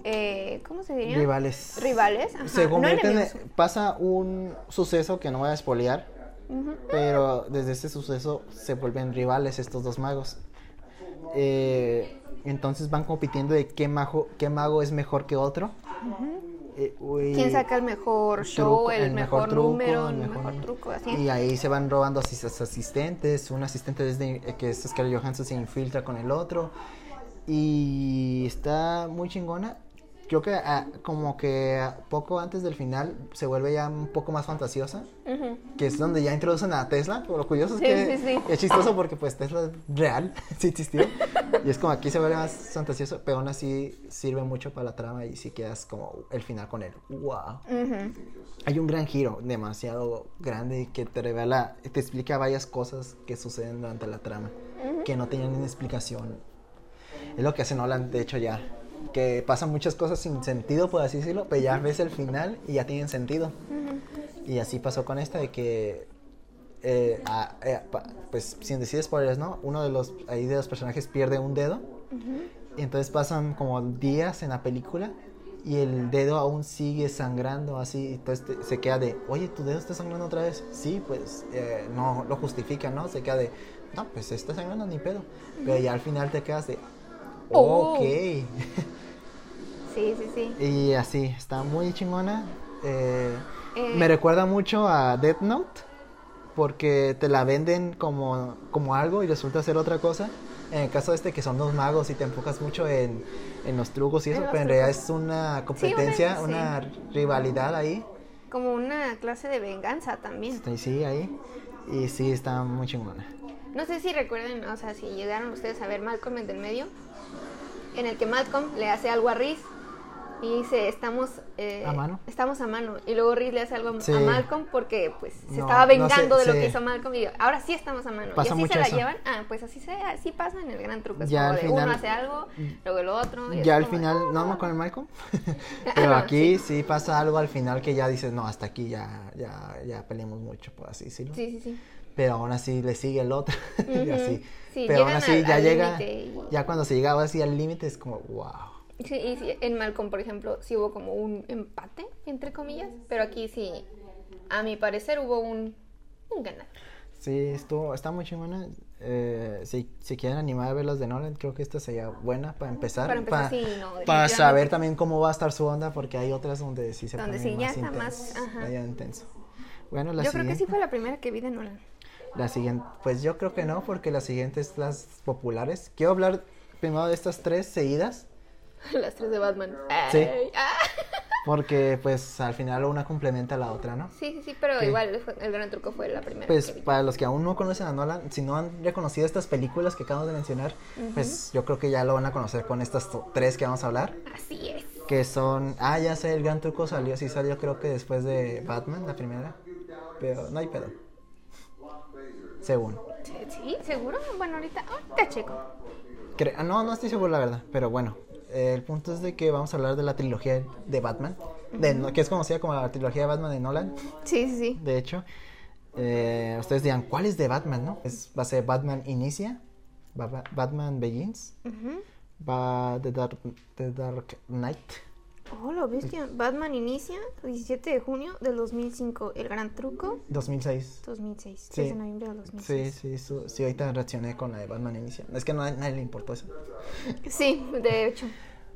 eh, ¿Cómo se diría?
Rivales.
Rivales, ajá.
Se
No
convierten en-
enemigos.
pasa un suceso que no voy a espolear, pero desde ese suceso se vuelven rivales estos dos magos. Eh, entonces van compitiendo de qué mago, qué mago es mejor que otro. Eh, uy,
¿Quién saca el mejor show,
truco,
el, mejor,
truco,
número,
el
el
mejor
mejor,
número.
truco? Así.
Y ahí se van robando asis- as- asistentes. Un asistente desde, eh, que es Scarlett Johansson se infiltra con el otro. Y está muy chingona. Creo que ah, como que ah, poco antes del final se vuelve ya un poco más fantasiosa.
Ujú.
Que es donde ya introducen a Tesla. Pero lo curioso es
Sí,
que
sí, sí.
es chistoso porque pues Tesla es real. [LAUGHS] sí existió. Y es como aquí se vuelve más fantasioso. Pero aún así sirve mucho para la trama. Y si quedas como el final con él. ¡Wow!
Ujú.
Hay un gran giro demasiado grande que te revela, te explica varias cosas que suceden durante la trama, que no tenían una explicación. Es lo que hace Nolan, de hecho, ya. Que pasan muchas cosas sin sentido, por así decirlo, pero ya ves el final y ya tienen sentido. Y así pasó con esta de que, eh, a- eh, pa- pues sin decir spoilers, ¿no? Uno de los, ahí de los personajes pierde un dedo. Y entonces pasan como días en la película y el dedo aún sigue sangrando así. Entonces te- se queda de, oye, tu dedo está sangrando otra vez. Sí, pues eh, no lo justifica, ¿no? Se queda de, no, pues está sangrando ni pedo. Pero ya al final te quedas de,
Oh.
ok. [LAUGHS]
Sí, sí, sí.
y así, está muy chingona. Eh,
Eh,
Me recuerda mucho a Death Note porque te la venden como, como algo y resulta ser otra cosa. En el caso de este que son los magos y te enfocas mucho en, en los trucos y
En
eso,
los
pero en realidad
trucos.
es una competencia,
sí.
una, rivalidad ahí.
Como una clase de venganza también.
Está- Sí, ahí. Y sí, está muy chingona.
No sé si recuerden, o sea, si llegaron ustedes a ver Malcolm en del medio, en el que Malcolm le hace algo a Riz y dice, estamos eh,
¿A mano?
Estamos a mano. Y luego Riz le hace algo a-
Sí.
a Malcolm porque pues se
No,
estaba
no sé,
vengando de lo
sí.
que hizo Malcolm y ahora sí estamos a mano.
Pasa
y así
mucho
se la
eso.
llevan. Ah, pues así se así pasa en el gran truco. Es
Ya
como
al
de
final- mm.
uno hace algo, luego el otro. y es
Ya al
como de, "Ah,
final, no, no con el
[LAUGHS]
Malcolm, pero aquí sí pasa algo al final que ya dices, no, hasta aquí ya, ya, ya peleamos mucho, por así decirlo.
Sí, sí, sí.
pero aún así le sigue el otro [LAUGHS] y
Ujú.
así.
Sí,
pero aún
llegan
así
al-
ya
al
llega,
límite y-
ya cuando se llegaba así al límite es como, wow.
Sí, y sí, en Malcolm, por ejemplo, sí hubo como un empate, entre comillas, pero aquí sí, a mi parecer, hubo un, un ganador.
Sí, estuvo, está muy chingona. Eh, si, si quieren animar a ver las de Nolan, creo que esta sería buena para empezar.
Para empezar,
pa-
sí, no,
para
definitivamente.
saber también cómo va a estar su onda, porque hay otras donde sí se
Donde
pone
sí ya
más
está
intenso.
más, ajá.
medio intenso. Bueno, la
Yo creo
siguiente,
que sí fue la primera que vi de Nolan. [LAUGHS]
la siguiente, pues yo creo que no, porque la siguiente es las populares. Quiero hablar primero de estas tres seguidas.
Las tres de Batman.
Sí.
Ay, ah.
Porque pues al final una complementa a la otra, ¿no?
Sí, sí, sí, pero
Sí.
igual fue- el gran truco fue la primera
Pues
que vi.
para los que aún no conocen a Nolan, si no han reconocido estas películas que acabamos de mencionar, pues yo creo que ya lo van a conocer con estas to- tres que vamos a hablar,
Así es.
que son, ah, ya sé, El Gran Truco salió, sí salió creo que después de Batman, la primera, pero no hay pedo. Según.
Sí, sí, seguro. Bueno, ahorita, ahorita checo.
Cre- ah, no, no estoy seguro la verdad, pero bueno, eh, el punto es de que vamos a hablar de la trilogía de Batman, de, no- que es conocida como la trilogía de Batman de Nolan.
Sí, sí, sí.
De hecho, eh, ustedes dirán, ¿cuál es de Batman, no? Es, va a ser Batman Inicia, Ba- Ba- Batman Begins,
Ujú.
va The Dark, The Dark Knight.
Oh, lo bestia. Batman inicia 17 de junio del 2005. El gran truco,
2006.
2006.
Sí.
3 de noviembre del
Sí,
2006.
sí, su- sí, ahorita reaccioné con la de Batman Inicia. Es que no, a nadie le importó eso.
Sí, de hecho.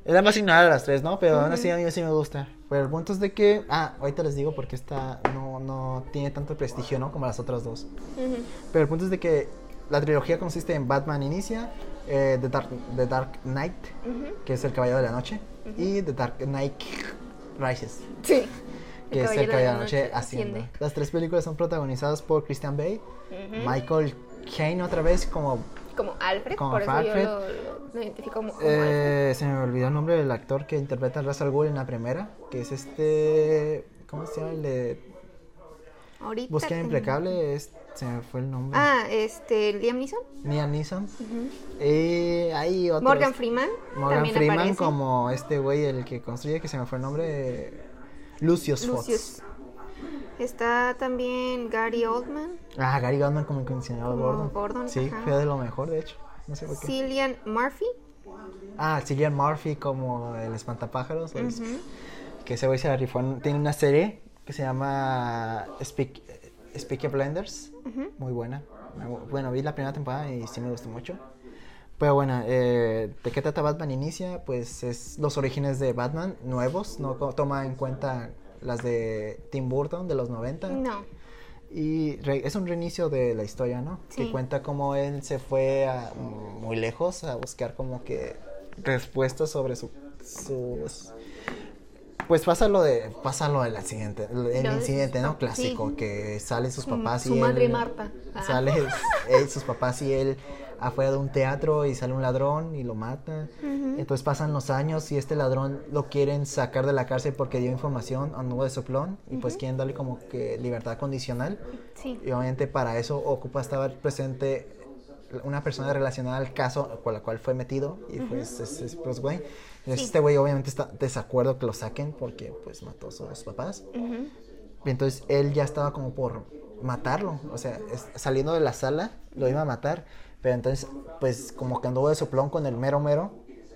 Es la más ignorada de las tres, ¿no? Pero aún así a mí sí me gusta. Pero el punto es de que... Ah, ahorita les digo porque esta no, no tiene tanto prestigio, ¿no? Como las otras dos.
Ujú.
Pero el punto es de que la trilogía consiste en Batman Inicia, eh, The, Dark, The Dark Knight, que es El Caballero de la Noche, y The Dark Knight Rises,
Sí.
que es El Caballero de la Noche Hacienda.
asciende.
Las tres películas son protagonizadas por Christian Bale, Michael Caine otra vez como...
Como Alfred,
Como
por eso
Alfred.
yo lo, lo- lo identifico como, como Alfred.
eh, se me olvidó el nombre del actor que interpreta a Ra's al Ghul en la primera, que es este... ¿Cómo se llama? El de
Ahorita.
Búsqueda
tengo-
Implacable, es- se me fue el nombre.
Ah, este, Liam Neeson.
Liam Neeson. Eh, hay otros.
Morgan Freeman.
Morgan
también
Freeman
aparece.
como este güey, el que construye, que se me fue el nombre. Lucius Fox.
Lucius. Está también Gary Oldman.
Ah, Gary Goldman como el comisionado
Como
Gordon.
Gordon,
Sí,
ajá.
fue de lo mejor, de hecho. No sé por qué.
Cillian Murphy.
Ah, Cillian Murphy como el espantapájaros. el- Que ese güey se la rifó. en- Tiene una serie que se llama Speak, Speaky Blenders. Muy buena. Me gu- Bueno, vi la primera temporada y sí me gustó mucho. Pero bueno, eh, ¿de qué trata Batman Inicia? Pues es los orígenes de Batman nuevos. No co- toma en cuenta las de Tim Burton de los 90.
No.
Y re- es un reinicio de la historia, ¿no?
Sí.
Que cuenta cómo él se fue a- muy lejos a buscar como que respuestas sobre su, sus... Pues pasa lo de pasa lo del accidente, el
de sus
incidente, ¿no?
pap-
Clásico,
sí.
que sale sus
Su-
papás y
su madre
él-
Marta. Ah.
Sale él, sus papás y él afuera de un teatro y sale un ladrón y lo mata. Entonces pasan los años y este ladrón lo quieren sacar de la cárcel porque dio información a nuevo de soplón y pues quieren darle como que libertad condicional.
Sí.
Y obviamente para eso ocupa estar presente una persona relacionada al caso con la cual fue metido y pues es, es Bruce Wayne. Entonces,
Sí.
Este güey obviamente está desacuerdo que lo saquen porque pues mató a sus papás.
Ujú.
Y entonces él ya estaba como por matarlo, o sea, es- saliendo de la sala lo iba a matar, pero entonces pues como que anduvo de soplón con el mero mero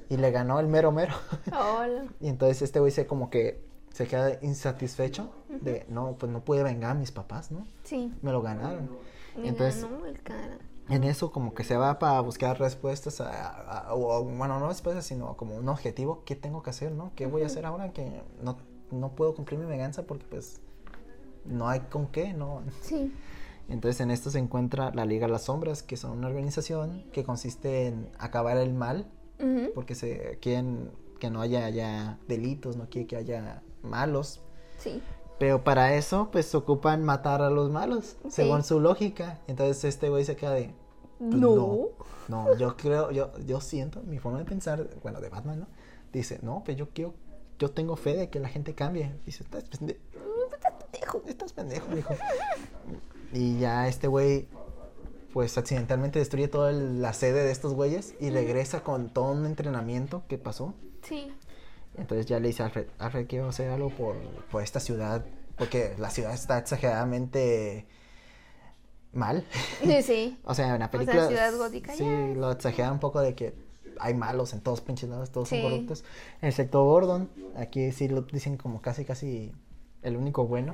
y le ganó el mero mero. [LAUGHS]
Hola.
y entonces este güey se como que se queda insatisfecho de, no, pues no pude vengar a mis papás, ¿no?
Sí.
Me lo ganaron.
Me
entonces
ganó el cara.
en eso como que se va para buscar respuestas a, a- o- o, bueno, no respuestas, sino como un objetivo, ¿qué tengo que hacer, no? ¿Qué voy a hacer ahora que no, no puedo cumplir mi venganza porque pues no hay con qué, no?
Sí.
Entonces en esto se encuentra la Liga de las Sombras, que son una organización que consiste en acabar el mal,
Ujú.
porque se quieren que no haya ya delitos, no quieren que haya malos,
Sí.
pero para eso pues ocupan matar a los malos,
Sí.
según su lógica. Entonces este güey se queda de... Pues
No.
No, yo creo, yo, yo siento, mi forma de pensar, bueno, de Batman, ¿no? Dice, no, pues yo quiero, yo tengo fe de que la gente cambie. Dice, estás pendejo,
Dejo.
estás pendejo, dijo. Y ya este güey, pues accidentalmente destruye toda el- la sede de estos güeyes y regresa con todo un entrenamiento que pasó.
Sí.
Entonces ya le dice a Alfred, Alfred, quiero hacer algo por, por esta ciudad, porque la ciudad está exageradamente mal.
[LAUGHS] Sí.
O sea, en la
sea,
película.
Ciudad Gótica,
Sí,
ya.
lo exagera un poco de que hay malos en todos pinches lados, todos
Sí.
son corruptos. Excepto Gordon. Aquí sí lo dicen como casi, casi el único bueno.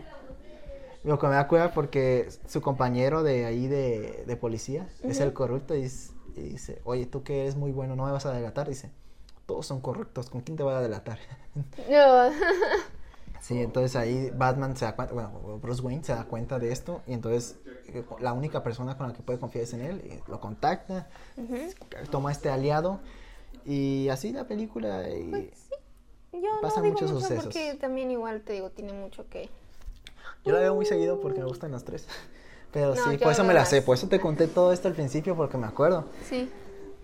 Lo que me da cueva porque su compañero de ahí de, de policía es el corrupto y, es- y dice: Oye, tú que eres muy bueno, no me vas a delatar. Dice: Todos son corruptos, ¿con quién te voy a delatar? [LAUGHS]
No.
Sí, entonces ahí Batman se da cuenta, bueno, Bruce Wayne se da cuenta de esto y entonces eh, la única persona con la que puede confiar es en él, y lo contacta, toma este aliado y así la película y
Pues, Yo
Pasan
no digo
muchos
mucho
sucesos.
porque también igual te digo, tiene mucho que...
yo la veo muy seguido porque me gustan las tres. [LAUGHS] Pero
uh. No,
sí,
yo
por eso
veo
me la
las-
sé, por eso te conté todo esto al principio porque me acuerdo.
Sí.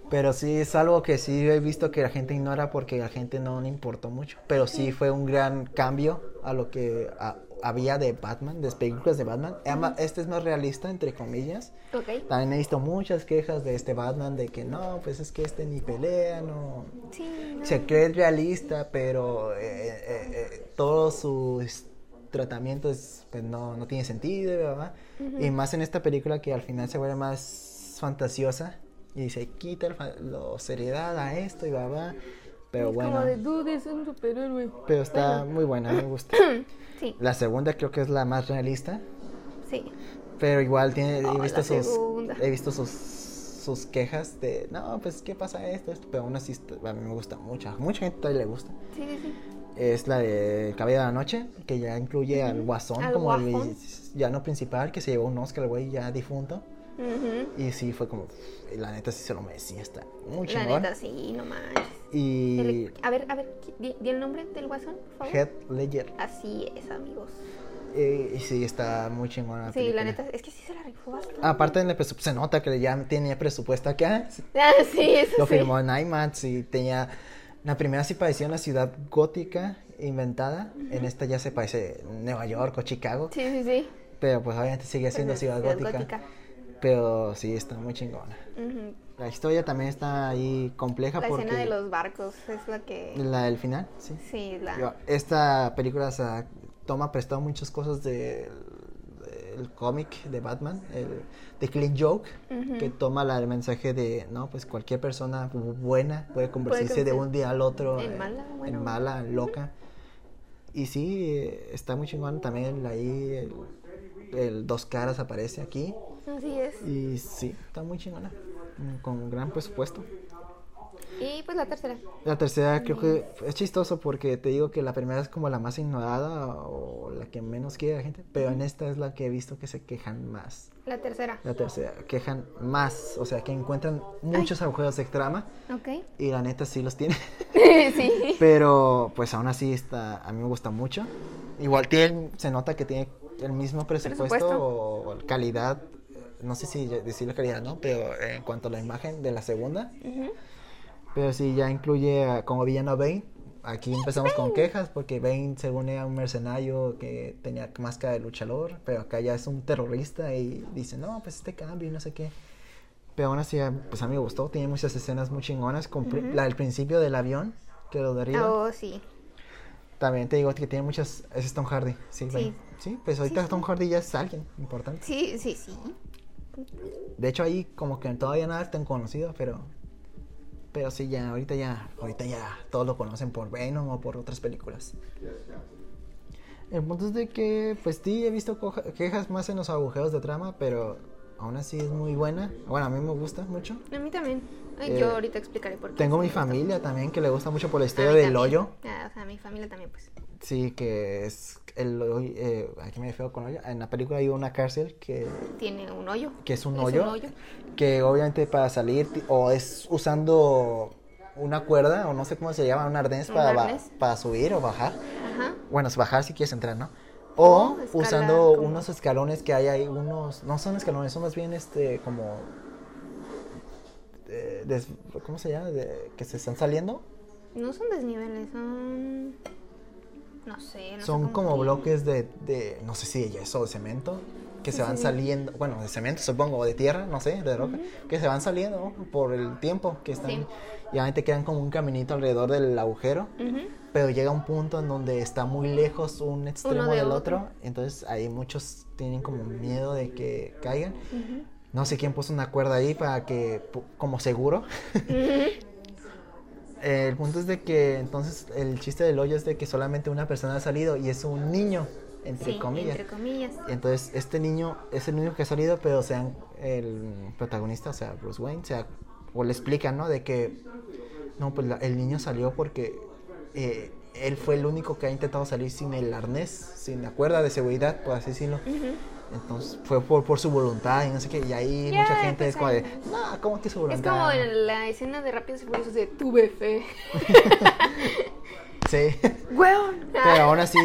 Pero sí es algo que sí he visto que la gente ignora porque la gente no le importó mucho. Pero sí fue un gran cambio a lo que a- había de Batman, de las películas de Batman. Ama- Este es más realista, entre comillas.
Ok.
También he visto muchas quejas de este Batman de que no, pues es que este ni pelea, no.
Sí. no.
Se cree realista, pero eh, eh, eh, todo su es- tratamiento es, pues, no, no tiene sentido, ¿verdad? Y más en esta película que al final se vuelve más fantasiosa y se quita el fa- lo seriedad a esto y va, Pero
es
bueno,
como de dude, es un superhéroe.
pero está muy buena,
[COUGHS]
me gusta.
Sí,
La segunda creo que es la más realista.
sí.
Pero igual tiene,
Ah,
he visto
la
sus
segunda.
he visto sus sus quejas de no pues qué pasa esto, esto?", pero aún así está- a mí me gusta mucho, a mucha gente todavía le gusta.
Sí, sí, sí.
Es la de El Cabello de la Noche, que ya incluye al Guasón
Al
como el
Guasón.
villano principal, que se llevó un Oscar, el güey ya difunto.
Ujú.
Y sí, fue como, la neta sí se lo merecía, está muy
La
chingón.
neta, sí, no manches.
Y
El- A ver, a ver, ¿qui- di, di el nombre del guasón, por favor.
Head Ledger.
Así es, amigos.
Eh, y sí, está muy chingona.
sí, la neta, es que sí se la rifó bastante.
Aparte, en el presup- se nota que ya tenía presupuesto acá.
[LAUGHS] Ah, sí, eso
Lo
sí.
firmó en IMAX y tenía. La primera sí parecía una ciudad gótica inventada. En esta ya se parece Nueva York o Chicago.
Sí, sí, sí.
Pero pues obviamente sigue siendo
es
ciudad,
ciudad
gótica.
gótica.
Pero sí, está muy chingona.
Ujú.
La historia también está ahí compleja
La
Ah, porque.
escena de los barcos es la que...
La del final, sí.
Sí, la...
Yo- Esta película se toma prestado muchas cosas del del cómic de Batman, el, de Clean Joke, que toma la- el mensaje de, no, pues cualquier persona bu- buena puede convertirse de
convertir-
un día al otro
en
eh,
mala, bueno.
en mala, en loca. Y sí, eh, está muy chingón también ahí, el, el Dos Caras aparece aquí.
Así es.
Y sí, está muy chingona, mm, con gran presupuesto.
Y pues la tercera.
La tercera creo que es chistoso porque te digo que la primera es como la más ignorada o la que menos quiere la gente, pero en esta es la que he visto que se quejan más.
La tercera.
La tercera, quejan más, o sea que encuentran muchos agujeros de trama
Ok. [LAUGHS]
y la neta sí los tiene,
sí.
pero pues aún así está, a mí me gusta mucho. Igual tiene, se nota que tiene el mismo presupuesto,
Presupuesto.
o calidad, no sé si decirlo calidad, ¿no? Pero en cuanto a la imagen de la segunda,
Ujú.
pero sí, ya incluye a- como villano a Bane. Aquí empezamos con quejas porque Bane, según era un mercenario que tenía máscara de luchador, pero acá ya es un terrorista y dice, no, pues este cambio y no sé qué. Pero aún así, a- pues a mí me gustó, tiene muchas escenas muy chingonas, como pri- la del principio del avión, que lo derriba.
Oh, sí.
También te digo que tiene muchas, ese es Tom Hardy,
Sí.
sí, Bane. Sí, pues ahorita Tom Hardy ya es alguien importante.
Sí, sí, sí.
De hecho ahí como que todavía nada es tan conocido, pero pero sí ya ahorita ya ahorita ya todos lo conocen por Venom o por otras películas. El punto es de que pues sí he visto coja- quejas más en los agujeros de trama, pero aún así es muy buena. Bueno, a mí me gusta mucho.
A mí también. Ay,
Eh,
yo ahorita explicaré por qué.
Tengo
sí me
mi
gusta.
familia también que le gusta mucho por la
A
historia
mí
del
también.
hoyo.
Ah, o sea, a mi familia también, pues.
Sí, que es el hoy- eh, ¿a qué me refiero con hoyo? En la película hay una cárcel que
Tiene un hoyo.
que es un hoyo, que obviamente para salir ti- o es usando una cuerda o no sé cómo se llama, un arnés
Un
para, ba-
arnés.
para subir o bajar.
Ajá.
Bueno, es bajar si quieres entrar, ¿no? O
No, escalar,
usando
como-
unos escalones que hay ahí, unos, no son escalones, son más bien este como eh, des- ¿Cómo se llama? De- que se están saliendo.
No son desniveles, son. No sé. No sé
Son
cómo
como
que-
bloques de, de, no sé si de yeso o de cemento, que se van saliendo, bueno, de cemento supongo, o de tierra, no sé, de roca, que se van saliendo por el tiempo que están.
Sí.
Y obviamente quedan como un caminito alrededor del agujero,
Ujú.
pero llega un punto en donde está muy lejos un extremo
de
del otro.
otro.
entonces ahí muchos tienen como miedo de que caigan. No sé quién puso una cuerda ahí para que, pu- como seguro. Eh, El punto es de que entonces el chiste del hoyo es de que solamente una persona ha salido y es un niño, entre
Sí,
comillas.
entre comillas.
Entonces este niño es el único que ha salido, pero sean el protagonista, o sea, Bruce Wayne, sea, o le explican, ¿no? De que, no, pues la- el niño salió porque eh, él fue el único que ha intentado salir sin el arnés, sin la cuerda de seguridad, por así decirlo. Entonces fue por, por su voluntad y no sé qué, y ahí
Ya,
mucha gente es
pues,
como de,
ahí.
no, ¿cómo que su
Es
voluntad?
como en la escena de Rápidos y Furiosos de Tuve fe.
Sí. [LAUGHS]
¡Hueón!
Pero aún así,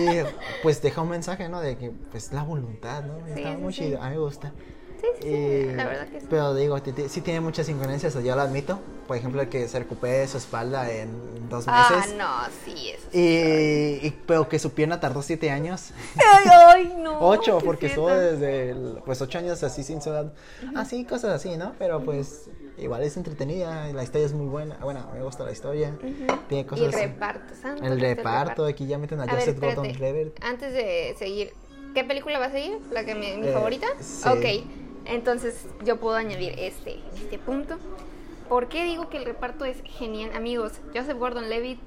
pues deja un mensaje, ¿no? De que, pues, la voluntad, ¿no? Está
sí,
muy
sí.
chido, a mí me gusta.
Sí, sí, sí.
Y-
La verdad que sí.
Eh, Pero digo, ti- ti- sí tiene muchas incoherencias, yo lo admito. Por ejemplo, el que se recupere su espalda en dos
Ah,
meses.
no, sí, eso.
[LAUGHS]
sí.
Y, y- pero que su pierna tardó siete años.
Ay, ay, no.
ocho,
qué
porque estuvo
fiesta.
desde, el- pues, ocho años así sin ciudad. Así, cosas así, ¿no? Pero, pues, igual es entretenida, la historia es muy buena. Bueno, me gusta la historia. Tiene
Y el
cosas...
reparto, santo.
El
Cristo,
reparto, aquí Ah, ya meten a,
A ver,
Joseph
espérate.
Gordon-Levitt.
Antes de seguir, ¿qué película va a seguir? ¿La que me- mi
Eh,
favorita?
sí.
Ok, entonces yo puedo añadir este, este punto. ¿Por qué digo que el reparto es genial? Amigos, Joseph Gordon-Levitt,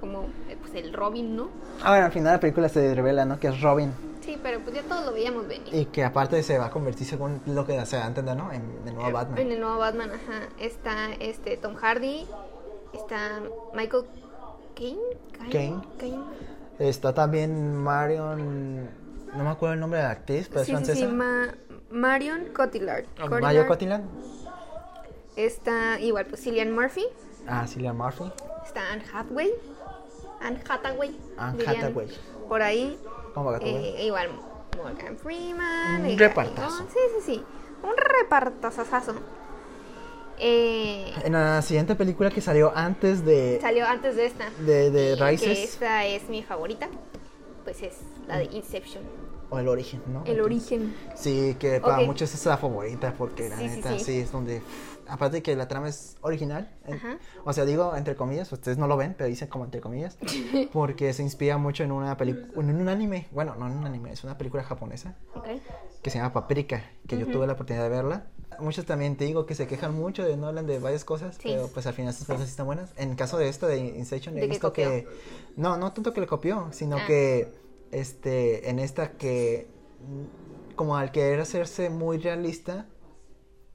como eh, pues el Robin, ¿no?
Ah, bueno, al final la película se revela, ¿no? Que es Robin.
Sí, pero pues ya todos lo veíamos venir.
Y que aparte se va a convertir, según lo que se va a entender, ¿no? En el nuevo
En
Batman.
el nuevo Batman, ajá. Está este Tom Hardy, está Michael Caine.
Caine. Está también Marion... No me acuerdo el nombre de la actriz, pero
sí,
es
sí, sí,
francesa.
Ma- Marion Cotillard. Cotillard.
Mario Cotillard.
Está igual, pues Cillian Murphy.
Ah, Cillian Murphy.
Está Anne Hathaway. Anne Hathaway.
Anne
dirían
Hathaway.
Por ahí.
¿Cómo va
Eh, igual Morgan Freeman.
Un
eh,
repartazo.
Gabigol, Sí, sí, sí. Un repartazazazo. Eh,
En la siguiente película que salió antes de,
salió antes de esta.
de, de
eh, Que
Rises,
esta es mi favorita. Pues es la de Inception.
o El Origen, ¿no?
El origen.
Sí, que para
Ok.
muchos es la favorita, porque la
Sí, sí,
neta sí,
sí.
es donde. Aparte que la trama es original, en-
Ajá.
o sea, digo entre comillas, ustedes no lo ven, pero dicen como
[LAUGHS]
entre comillas, porque se inspira mucho en una película, en un anime, bueno, no en un anime, es una película japonesa
Ok.
que se llama Paprika, que yo tuve la oportunidad de verla. Muchos también te digo que se quejan mucho de no hablan de varias cosas,
Sí.
pero pues al final estas cosas sí están buenas. En el caso de esta de Inception
¿De
he
que
visto
copió?
que no, no tanto que le copió, sino
Ah.
que este en esta que mm, como al querer hacerse muy realista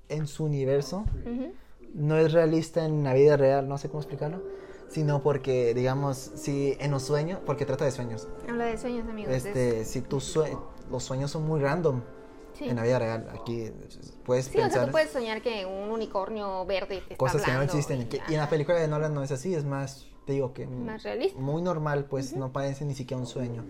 en su universo,
Ujú.
no es realista en la vida real, no sé cómo explicarlo, sino porque digamos si en los sueños, porque trata de sueños.
Habla de sueños, amigos. es-
Este, si tus sue- los sueños son muy random
Sí.
en la vida real. Aquí puedes
Sí, o
pensar
sea, tú puedes soñar que un unicornio verde te está
cosas que no
hablando
existen. que- y en la
ajá,
película de Nolan no es así, es más, te digo que
Más realista.
muy normal, pues no parece ni siquiera un sueño.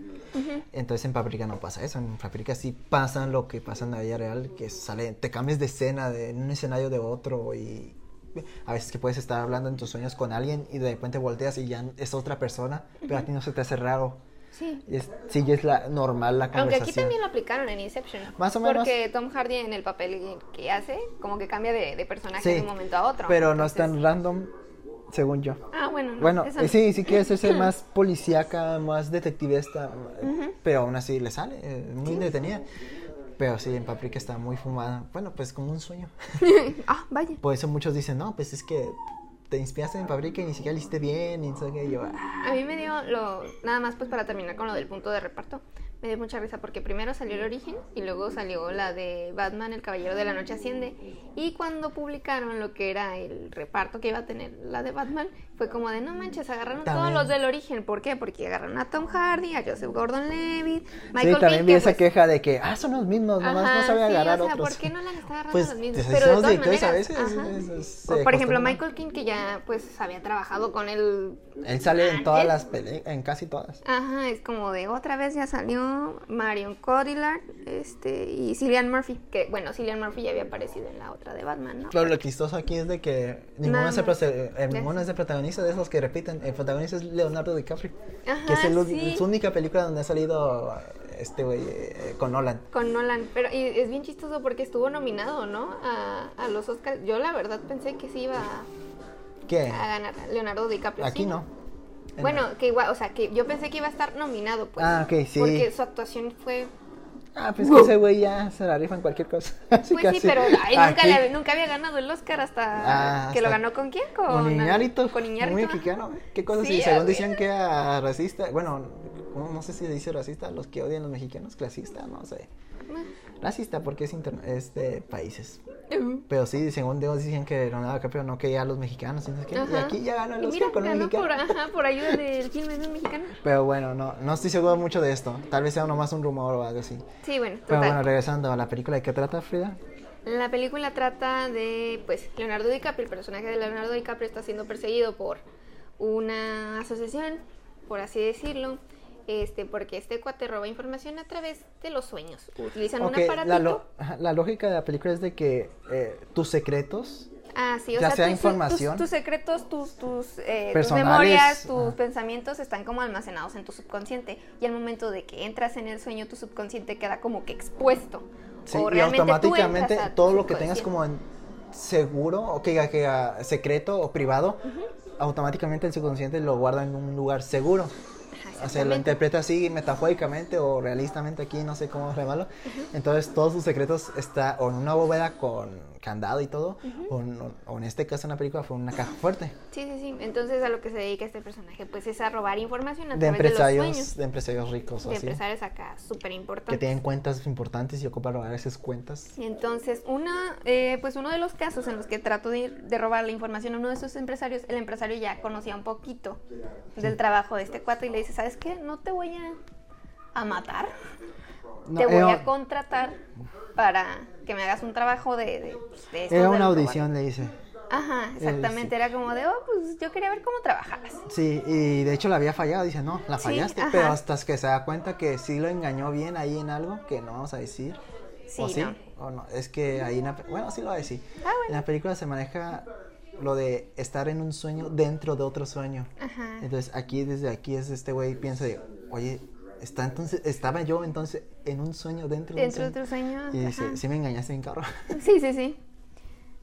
Entonces en Paprika no pasa eso, en Paprika sí pasa lo que pasa en la vida real, que sale, te cambias de escena, de en un escenario de otro y a veces que puedes estar hablando en tus sueños con alguien y de repente volteas y ya es otra persona, pero a ti no se te hace raro.
Sí.
Es, sí, es la normal la
Aunque
conversación.
aquí también lo aplicaron en Inception.
Más o menos.
Porque Tom Hardy en el papel que hace, como que cambia de, de personaje
Sí,
de un momento a otro.
Pero no es
Entonces-
tan random, según yo.
Ah, bueno. no,
Bueno,
eso
eh,
no.
sí, sí quiere hacerse más policíaca, más detectivista, eh, pero aún así le sale, eh, muy entretenida. Pero sí, en Paprika está muy fumada. Bueno, pues como un sueño.
[LAUGHS] Ah, vaya.
Por eso muchos dicen, no, pues es que te inspiraste en Paprika y ni siquiera le hiciste bien, y no sé qué, y yo, ah,
A mí me dio lo. Nada más, pues para terminar con lo del punto de reparto. Me dio mucha risa porque primero salió el origen y luego salió la de Batman, el Caballero de la Noche Asciende. Y cuando publicaron lo que era el reparto que iba a tener la de Batman, fue como de no manches, agarraron
También.
todos los del origen. ¿Por qué? Porque agarraron a Tom Hardy, a Joseph Gordon Levitt, Michael
Sí,
Biehn,
también vi
que,
esa
pues,
queja de que, ah, son los mismos, nomás
Ajá,
no sabía
sí,
agarrar
o sea,
otros.
¿por qué no la está agarrando
Pues,
los mismos?
si
Pero de
somos
todas
directores
maneras,
a veces,
ajá.
es- es- eh,
O,
se
por ejemplo,
acostumbran.
Michael King que ya pues había trabajado con él.
Él sale en todas
antes.
las pele- en casi todas.
Ajá, es como de otra vez ya salió Marion Cotillard, este y Cillian Murphy, que bueno, Cillian Murphy ya había aparecido en la otra de Batman, ¿no?
Claro, lo chistoso aquí es de que ninguno,
Nada
es el,
más.
proce- eh, ninguno
Ya.
es el protagonista de esos que repiten. El protagonista es Leonardo DiCaprio.
Ajá,
que es el u-
sí.
su única película donde ha salido este güey eh, con Nolan.
Con Nolan, pero y es bien chistoso porque estuvo nominado, ¿no? A, a los Oscars. Yo la verdad pensé que sí iba a-
¿Qué?
a ganar Leonardo DiCaprio.
Eh. Aquí
Ah, pues sí.
no. En-
Bueno, que igual, o sea, que yo pensé que iba a estar nominado, pues.
Ah, ok, sí.
Porque su actuación fue.
Ah, pues que ese güey ya se la rifa en cualquier cosa. [LAUGHS] Así
uh. Pues
que
sí,
así.
pero ay, nunca,
Aquí,
le- nunca había ganado el Oscar hasta
Ah,
que lo
hasta-
ganó con quién? Con,
Con Iñárritu.
Con Iñárritu.
Muy
ajá.
mexicano. ¿eh? ¿Qué cosas?
Sí,
y
a
según
ver.
decían que era racista. Bueno, ¿cómo? no sé si se dice racista. Los que odian a los mexicanos, clasista, no sé. Racista porque es, interna- es de países.
Uh.
Pero sí, según Dios dicen que Leonardo DiCaprio no quería a los mexijanos. y no sé qué. Y
Ajá.
aquí ya ganó el
Y
Oscar
mira,
con un
ganó
mexicano.
por, ajá, por ayuda del filme de un mexicano.
Pero bueno, no, no estoy seguro mucho de esto. Tal vez sea nomás un rumor o algo así.
Sí, bueno,
Pero
total.
Ah, bueno, regresando a la película, ¿de qué trata Frida?
La película trata de, pues, Leonardo DiCaprio, el personaje de Leonardo DiCaprio está siendo perseguido por una asociación, por así decirlo, este, porque este cuate roba información a través de los sueños. Utilizan
Ok,
un aparatito.
la, lo- ajá, la lógica de la película es de que eh, tus secretos,
Ah, sí, o
Ya
sea,
sea
tus-
información.
Tus, tus secretos, tus, tus, eh, tus
Personales,
memorias, tus
ajá.
pensamientos están como almacenados en tu subconsciente. Y al momento de que entras en el sueño, tu subconsciente queda como que expuesto.
sí,
O
y
realmente tú
automáticamente
entras a tu
todo lo que tengas
subconsciente.
como en seguro, o que diga que ah, secreto o privado, automáticamente el subconsciente lo guarda en un lugar seguro.
Ajá,
O sea, lo
exactamente.
interpreta así metafóricamente o realistamente aquí, no sé cómo llamarlo. Entonces, todos sus secretos está o en una bóveda con candado y todo, o, en, o en este caso en la película fue una caja fuerte
Sí, sí, sí. Entonces a lo que se dedica este personaje, pues es a robar información a través
de
de los
empresarios,
sueños.
de empresarios ricos o
De
así,
empresarios acá, súper
que
importante.
tienen cuentas importantes y ocupan a veces cuentas.
Entonces, una, eh, pues uno de los casos en los que trató de, ir- de robar la información a uno de sus empresarios, el empresario ya conocía un poquito del trabajo de este cuate y le dice, ¿sabes qué? No te voy a, a matar.
No,
Te voy
era-
a contratar para que me hagas un trabajo de... de, de esto
Era
del
una
robot".
audición, le hice.
Ajá, exactamente. Era como de, oh, pues yo quería ver cómo trabajabas.
Sí, y de hecho la había fallado. Dice, no, la fallaste.
ajá.
pero hasta que se da cuenta que sí lo engañó bien ahí en algo que no vamos a decir.
Sí,
o sí,
no.
o no. Es que ahí, en la pe- bueno, sí lo voy a decir.
Ah, bueno.
En la película se maneja lo de estar en un sueño dentro de otro sueño.
Ajá.
Entonces aquí, desde aquí, es este güey piensa de, oye, está entonces, estaba yo entonces en un sueño dentro,
Dentro de
de un sueño.
otros años.
Y
ajá.
dice, sí me engañaste en carro.
Sí, sí, sí.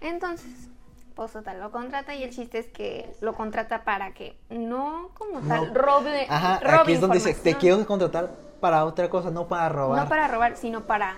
Entonces, pues total, lo contrata y el chiste es que lo contrata para que no como tal robe,
Ajá,
robe
aquí es donde dice, te
Eh, información.
quiero contratar para otra cosa, no para robar.
No para robar, sino para,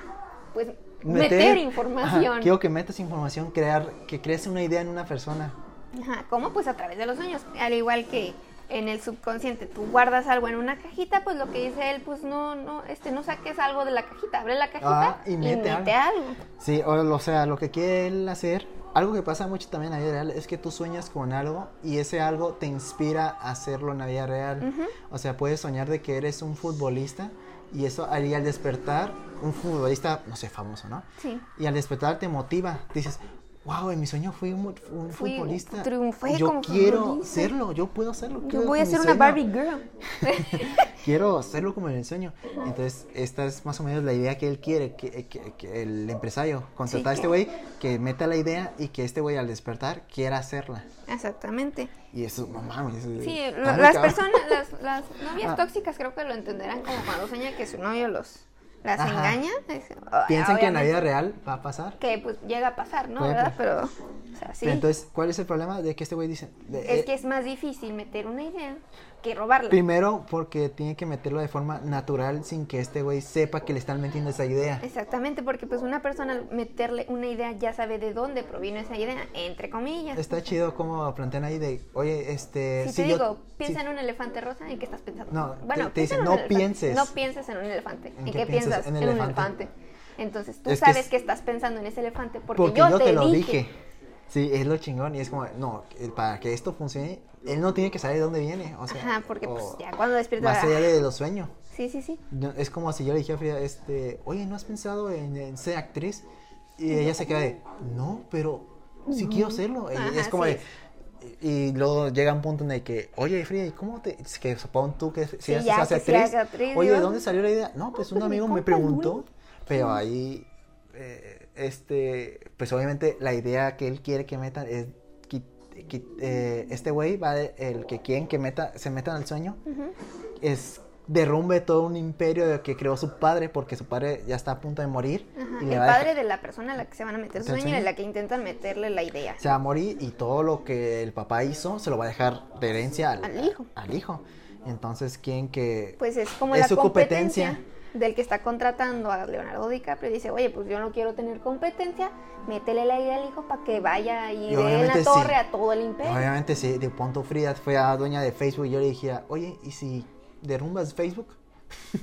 pues, meter, información.
Ajá, quiero que metas información, crear, que crees una idea en una persona.
Ajá, ¿cómo? Pues a través de los sueños. Al igual que en el subconsciente, tú guardas algo en una cajita, pues lo que dice él, pues no, no, este, no saques algo de la cajita, abre la cajita
Ah, y mete
algo.
Sí, o, o sea, lo que quiere él hacer, algo que pasa mucho también en la vida real, es que tú sueñas con algo y ese algo te inspira a hacerlo en la vida real. O sea, puedes soñar de que eres un futbolista y eso haría al despertar, un futbolista, no sé, famoso, ¿no?
Sí.
Y al despertar te motiva, dices, wow, en mi sueño fui un, un
Fui-
futbolista.
triunfé
yo
como
quiero
futbolista".
serlo, yo puedo hacerlo.
Yo
quiero
voy a
con mi
ser una
sueño"
Barbie girl.
[LAUGHS] quiero hacerlo como en el sueño. Entonces, esta es más o menos la idea que él quiere, que, que- que el empresario contratar a
Sí,
este güey, que meta la idea y que este güey al despertar quiera hacerla.
Exactamente.
Y eso, no mames. eso-
Sí,
está
lo-
Ah, muy
las
cabrón.
personas, las,
[LAUGHS]
las novias
Ah.
tóxicas creo que lo entenderán como cuando sueña que su novio los las
Ajá.
engaña. es- o-
Piensan que en la
obviamente
vida real va a pasar.
que pues llega a pasar, ¿no?
Puede
¿Verdad?
pasar.
Pero, o sea, sí.
Pero entonces, ¿cuál es el problema de que este güey dice? de-
es que es más difícil meter una idea que robarla.
Primero, porque tiene que meterlo de forma natural sin que este güey sepa que le están metiendo esa idea.
Exactamente, porque pues una persona al meterle una idea ya sabe de dónde provino esa idea, entre comillas.
Está chido como plantean ahí de, oye, este...
si
sí,
te
yo-
digo,
sí,
piensa en un elefante rosa, ¿en qué estás pensando?
No, te- te
piensa
dicen,
en un
no
elefante.
pienses.
No pienses en un elefante. ¿En,
qué
qué
piensas?
piensas?
En
En, un
elefante.
elefante. Entonces tú
Es que
sabes
es-
que, estás pensando en ese elefante porque,
Porque
yo,
yo te lo
dije.
dije. Sí, es lo chingón. Y es como, no, eh, para que esto funcione, él no tiene que saber de dónde viene. O sea,
Ajá, porque
o-
pues ya cuando despierta.
Más allá de los sueños.
Sí, sí, sí.
No, es como si yo le dije a Frida, este, oye, ¿no has pensado en, en ser actriz? Y ella se queda de, no, pero sí quiero serlo. Y
Ajá,
es como
sí
de, y y luego llega un punto en el que, oye, Frida, ¿y cómo te, es que supón tú que si
Sí,
haces
ya,
hace
que si
actriz?
haga actriz,
Oye, ¿de
¿no?
dónde salió la idea? No, pues un
pues, mi
amigo me
compa, el
preguntó,
güey.
pero ahí, eh, este, pues obviamente la idea que él quiere que metan es, qui- qui- eh, este güey va, de- el que quieren que meta, se metan al sueño, es derrumbe todo un imperio de que creó su padre porque su padre ya está a punto de morir
Ajá,
y
El
le va a
padre
dejar-
de la persona a la que se van a meter su
¿Te
sueño y a
enseño?
la que intentan meterle la idea.
se va a morir y todo lo que el papá hizo se lo va a dejar de herencia al,
Al hijo.
al hijo. Entonces quieren que
Pues es como
es
la
su
competencia,
competencia.
del que está contratando a Leonardo DiCaprio y dice, oye, pues yo no quiero tener competencia, métele la idea al hijo para que vaya y,
Y
dé en
obviamente
la
sí.
torre a todo el imperio.
Obviamente sí, de punto Frida fue a dueña de Facebook y yo le dije, oye, ¿y si derrumbas Facebook?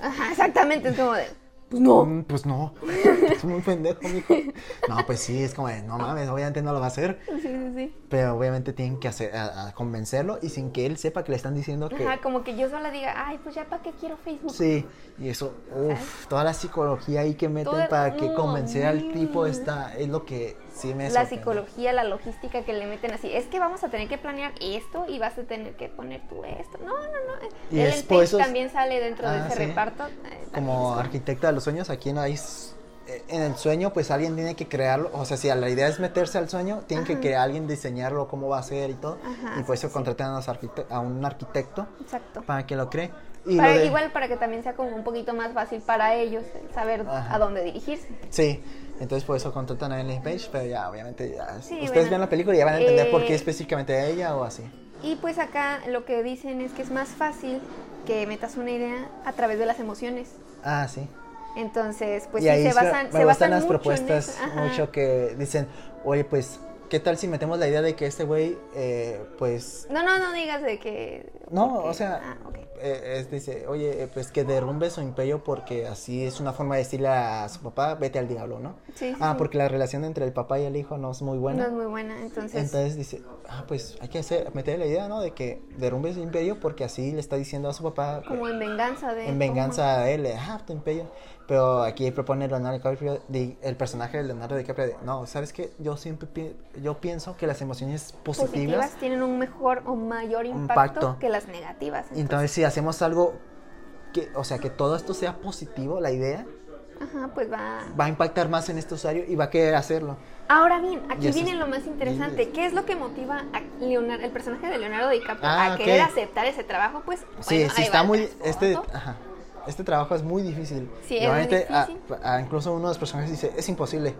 Ajá, exactamente, es como de,
Pues no. pues no. [LAUGHS] Es muy pendejo, mijo. No, pues sí, es como de, no mames, obviamente no lo va a hacer.
sí, sí, sí.
Pero obviamente tienen que hacer, a- a convencerlo y sin que él sepa que le están diciendo que,
Ajá, como que yo sola diga, ay, pues ya para qué quiero Facebook.
Sí, y eso, uff, toda la psicología ahí que meten
Toda-
para que
no,
convencer al
no.
tipo está, es lo que sí me
la
sorprende.
psicología, la logística que le meten así, es que vamos a tener que planear esto y vas a tener que poner tú esto. No, no, no.
Y
Ellen
es
Page
por eso es-
también sale dentro de
Ah,
ese
sí.
reparto. eh, también
Como
es
arquitecta de los sueños, aquí no hay, s- eh, en el sueño pues alguien tiene que crearlo, o sea, si la idea es meterse al sueño, tiene que, que alguien diseñarlo, cómo va a ser y todo,
Ajá,
y por eso contratan a, los arquite- a un arquitecto
Exacto.
para que lo cree. Y
Para-
lo de-
Igual para que también sea como un poquito más fácil para ellos el saber
Ajá.
a dóndy dirigirse.
Sí, entonces por eso contratan a Ellen Page, pero ya obviamente ya,
Sí,
ustedes
bueno.
ven la película y ya van a entender por qué
Eh,
específicamente a ella o así.
Y pues acá lo que dicen es que es más fácil que metas una idea a través de las emociones.
Ah, sí.
Entonces, pues
y
sí,
ahí
se
es la-
basan,
me
se
gustan
basan
las
mucho en
propuestas
eso. Ajá.
mucho que dicen, oye, pues, ¿qué tal si metemos la idea de que este güey, eh, pues,
No, no, no digas de que...
no,
porque-
o sea,
ah, ok.
eh, es- dice, oye, eh, pues que derrumbe su imperio porque así es una forma de decirle a su papá, vete al diablo, ¿no?
Sí, sí,
ah,
sí.
porque la relación entre el papá y el hijo no es muy buena.
No es muy buena, entonces.
Entonces dice, ah, pues hay que hacer, meter la idea, ¿no? De que derrumbe su imperio porque así le está diciendo a su papá,
como en venganza de.
en venganza a él, eh, ah, tu imperio. Pero aquí propone Leonardo DiCaprio, di- el personaje de Leonardo DiCaprio, de, no, ¿sabes qué? Yo siempre pi- yo pienso que las emociones
positivas,
positivas
tienen un mejor o mayor impacto,
Impacto.
que las negativas.
Entonces, si hacemos algo que, o sea, que todo esto sea positivo, la idea
Ajá, pues va.
va a impactar más en este usuario y va a querer hacerlo.
Ahora bien, aquí
eso
viene
es-
lo más interesante. ¿Qué es lo que motiva a Leonardo, el personaje de Leonardo DiCaprio
Ah,
a
ok.
querer aceptar ese trabajo? Pues
Sí,
bueno,
sí
ahí
está
va el
muy este
trasfondo.
ajá, este trabajo es muy difícil.
Sí, es muy
Normalmente, a-
difícil.
a- incluso uno de los personajes dice, "Es imposible."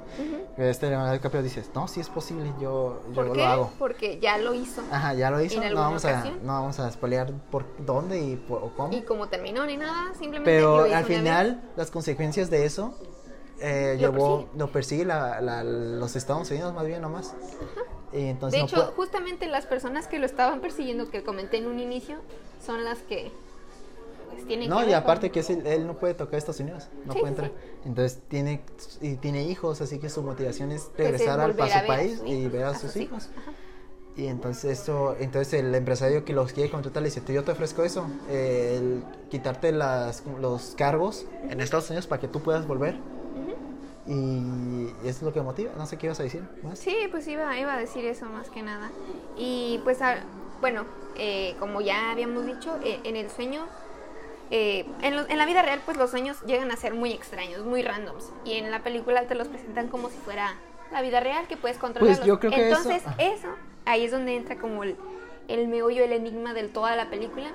Este Leonardo DiCaprio dice, "No, sí es posible, yo yo
¿Por
lo
qué?
hago."
Porque ya lo hizo.
Ajá, ya lo hizo.
¿En
No
alguna
vamos a
ocasión?
no vamos a spoilear por dónde y por- o cómo.
Y como terminó ni nada, simplemente
Pero
lo hizo
al
una vez.
final, las consecuencias de eso eh,
Lo
llevó,
persigue.
lo persigue la- la- los Estados Unidos, más bien nomás. Y entonces
De
no
hecho,
puede-
justamente las personas que lo estaban persiguiendo, que comenté en un inicio, son las que pues, tienen
no,
que
y
ver
aparte
con-
que es el- él no puede tocar a Estados Unidos, no
Sí,
puede
sí,
entrar. Entonces tiene y tiene hijos, así que su motivación es
pues, es
regresar al,
volver
a su
ver a
país
sus
y
hijos,
ver a, sus hijos. Y entonces eso, entonces el empresario que los quiere contratar le dice, "Tú, yo te ofrezco eso, eh, el quitarte las, los cargos en Estados Unidos para que tú puedas volver. Y eso es lo que motiva, no sé qué ibas a decir más.
Sí, pues iba, iba a decir eso más que nada. Y pues, a- bueno, eh, como ya habíamos dicho, eh, en el sueño, eh, en, lo- en la vida real, pues los sueños llegan a ser muy extraños, muy randoms. Y en la película te los presentan como si fuera la vida real, que puedes controlarlos.
Pues yo creo que eso-
Entonces,
ah.
eso, ahí es donde entra como el, el meollo, el enigma de toda la película,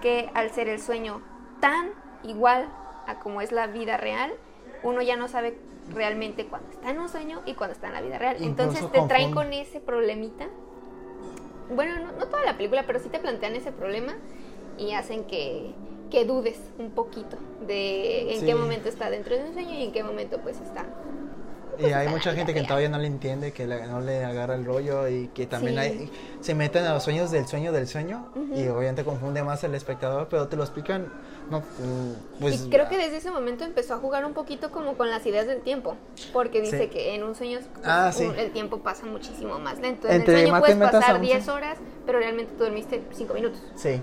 que al ser el sueño tan igual a como es la vida real, uno ya no sabe realmente cuando está en un sueño y cuando está en la vida real. Entonces
Incluso
te traen con
confunde.
ese problemita. Bueno, no, no toda la película, pero sí te plantean ese problema y hacen que, que dudes un poquito de en
Sí.
qué momento está dentro de un sueño y en qué momento pues está.
Y hay
pues, está
mucha
la vida
gente que
real.
todavía no le entiende, que le- no le agarra el rollo y que también
Sí.
hay- se meten a los sueños del sueño del sueño y obviamente confunde más al espectador, pero te lo explican, no, mm, pues...
y creo que desde ese momento empezó a jugar un poquito como con las ideas del tiempo, porque dice
Sí.
que en un sueño pues,
Ah, sí.
un- el tiempo pasa muchísimo más lento. En
Entre
el sueño
más te
puedes
metas a
pasar
un
10
sueño.
horas, pero realmente tú dormiste 5 minutos.
Sí.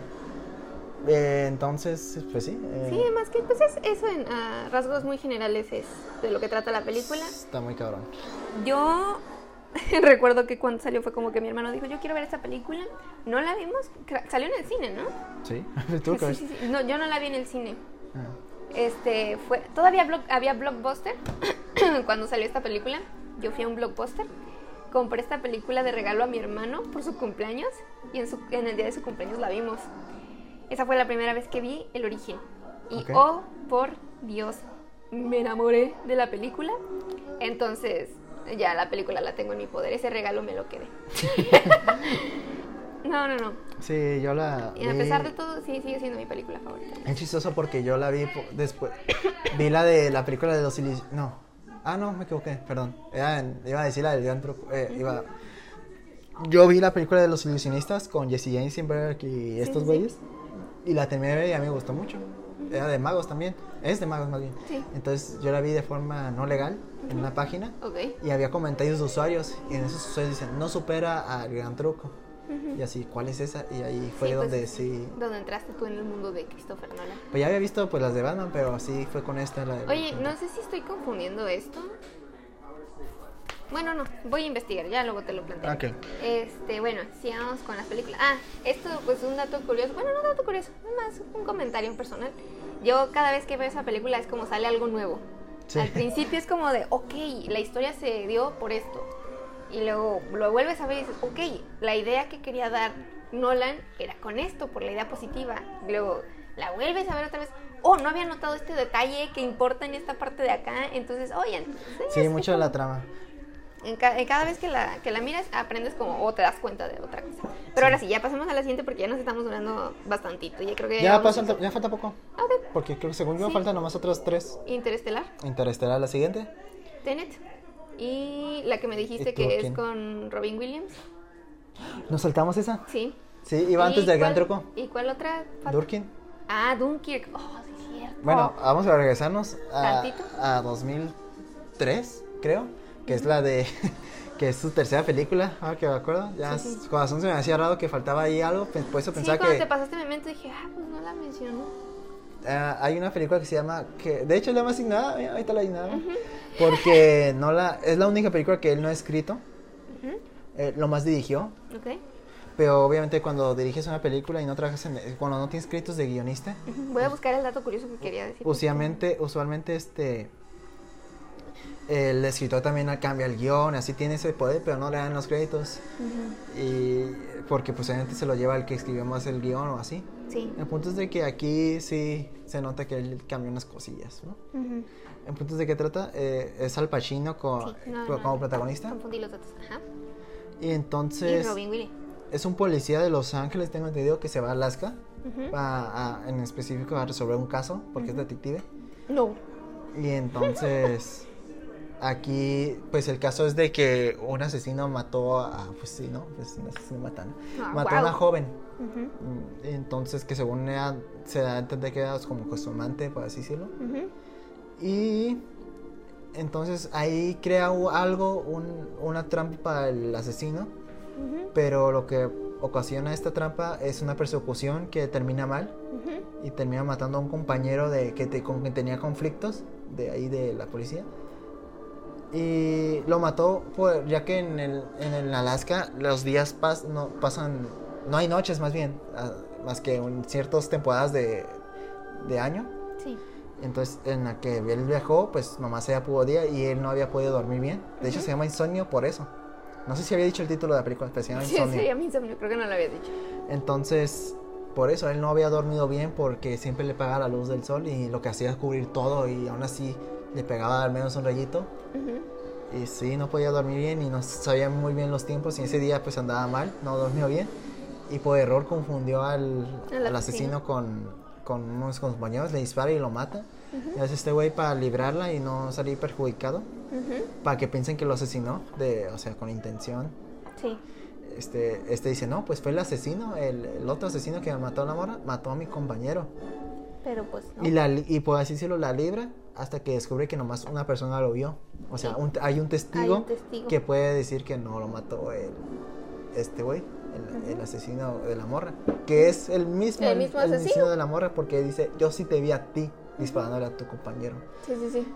Eh, entonces, pues sí. eh,
Sí, más que pues es, eso en ah, rasgos muy generales es de lo que trata la película.
Está muy cabrón.
Yo [LAUGHS] recuerdo que cuando salió fue como que mi hermano dijo, yo quiero ver esta película. No la vimos, cra- salió en el cine, ¿no?
Sí, [LAUGHS] tú
Sí,
crees.
sí, sí. No, yo no la vi en el cine.
Ah.
Este, fue, todavía blo- había Blockbuster [COUGHS] cuando salió esta película. Yo fui a un Blockbuster, compré esta película de regalo a mi hermano por su cumpleaños y en, su- en el día de su cumpleaños la vimos. Esa fue la primera vez que vi El Origen. Y
Ok.
oh, por Dios, me enamoré de la película. Entonces, ya la película la tengo en mi poder. Ese regalo me lo quedé. [LAUGHS] no, no, no.
Sí, yo la.
Y a
vi-
pesar de todo, sí sigue siendo mi película favorita.
Es chistoso porque yo la vi po- después. [COUGHS] vi la de la película de los Ilis. No. Ah, no, me equivoqué, perdón. Era en- iba a decir la del gran truco. eh, iba- Yo vi la película de los ilusionistas con Jesse James Simberg y estos
sí, sí.
güeyes. Y la terminé de ver y a mí me gustó mucho. Era de magos también. Es de magos más bien.
Sí.
Entonces yo la vi de forma no legal en una página.
Ok.
Y había comentarios de usuarios y en esos usuarios dicen, no supera al gran truco. Y así, ¿cuál es esa? Y ahí fue
Sí, pues,
donde sí...
Donde entraste tú en el mundo de Christopher Nolan.
Pues ya había visto pues las de Batman, pero sí fue con esta la de...
Oye, no sé si estoy confundiendo esto. Bueno, no, voy a investigar, ya luego te lo planteo.
Ok.
Este, bueno, sigamos con las películas. Ah, esto pues un dato curioso, bueno, no un dato curioso, más un comentario personal. Yo cada vez que veo esa película es como sale algo nuevo.
Sí.
Al principio es como de, ok, la historia se dio por esto. Y luego lo vuelves a ver y dices, ok, la idea que quería dar Nolan era con esto, por la idea positiva. Y luego la vuelves a ver otra vez. Oh, no había notado este detalle que importa en esta parte de acá. Entonces, oigan.
Sí, mucho de la trama.
En, ca- en cada vez que la, que la miras, aprendes como o te das cuenta de otra cosa. Pero ahora sí, ya pasemos a la siguiente porque ya nos estamos durando bastantito. Ya creo que
Ya,
llevamos
pasa,
cinco.
ya falta poco.
Ok.
Porque creo que según yo
Sí.
faltan nomás otras tres.
Interestelar,
Interestelar la siguiente.
Tenet y la que me dijiste
¿Y tú,
que es
quién?
con Robin Williams.
¿Nos saltamos esa?
Sí.
Sí, iba
¿Y
antes del gran
cuál-
truco.
¿Y cuál otra? falta?
Durkin.
Ah, Dunkirk. Oh, sí, es cierto.
Bueno, vamos a regresarnos a,
¿Tantito?
a 2003, creo, que es la de... [LAUGHS] que es su tercera película, ahora que me acuerdo. Ya
Sí, sí.
es- con razón se me hacía raro que faltaba ahí algo, pues, por eso
Sí,
pensaba
cuando
que...
te pasaste mi mente dije, ah, pues no la mencionó.
Ah, hay una película que se llama que de hecho es la más asignada mira, ahorita la asignada porque no la es la única película que él no ha escrito eh, lo más dirigió
Ok.
pero obviamente cuando diriges una película y no trabajas en, cuando no tienes créditos de guionista
Ujú. Voy a buscar el dato curioso que quería decir.
usualmente usualmente este el escritor también cambia el guión así tiene ese poder pero no le dan los créditos
Ujú.
y porque pues obviamente se lo lleva el que escribió más el guión o así
Sí.
el punto es de que aquí sí se nota que él cambió unas cosillas ¿no?
Ujú.
Entonces, ¿de qué trata? Eh, es Al Pacino con,
Sí, no,
co-
no,
como
no,
protagonista.
Confundí los datos. Ajá.
Y
Y
entonces
Robin Williams.
es un policía de Los Ángeles, tengo entendido, que se va a Alaska,
Ujú.
a- a- en específico a resolver un caso, porque es detective.
No.
Y entonces aquí, pues el caso es de que un asesino mató a, pues sí, ¿no? Pues un asesino mata, ¿no?
Ah,
mató a
guau.
una joven.
Ujú.
Mm, y Entonces, que según ella, se da a entender que era pues, como costumante, por así decirlo.
Ujú.
Y entonces ahí crea u- algo, un- una trampa para el asesino,
Ujú.
pero lo que ocasiona esta trampa es una persecución que termina mal
Ujú.
y termina matando a un compañero de que te- con quien tenía conflictos de ahí de la policía. Y lo mató por- ya que en el, en el Alaska los días pas- no, pasan, no hay noches más bien, ah, más que en ciertas temporadas de, de año.
Sí.
Entonces, en la que él viajó, pues nomás ella pudo día y él no había podido dormir bien. De hecho, se llama Insomnio por eso. No sé si había dicho el título de la película, pero se llama
Sí,
Insomnio.
sería mi insomnio. Creo que no lo había dicho.
Entonces, por eso, él no había dormido bien porque siempre le pegaba la luz del sol y lo que hacía es cubrir todo y aún así le pegaba al menos un rayito.
Ujú.
Y sí, no podía dormir bien y no sabía muy bien los tiempos y ese día pues andaba mal, no dormió bien. Y por error confundió al,
Al
al
asesino.
asesino con, con unos compañeros, le dispara y lo mata. Y hace este güey para librarla y no salir perjudicado,
Ujú.
para que piensen que lo asesinó, de, o sea, con intención.
Sí.
Este, este dice, no, pues fue el asesino, el, el otro asesino que mató a la mora, mató a mi compañero.
Pero pues no.
Y, la, li- y por así decirlo, la libra hasta que descubre que nomás una persona lo vio. O sea, un- hay, un testigo
Hay un testigo.
que puede decir que no lo mató el, este güey, el, el asesino de la morra. Que es el mismo,
El mismo asesino.
de la morra porque dice, yo sí te vi a ti disparándole a tu compañero.
Sí, sí, sí.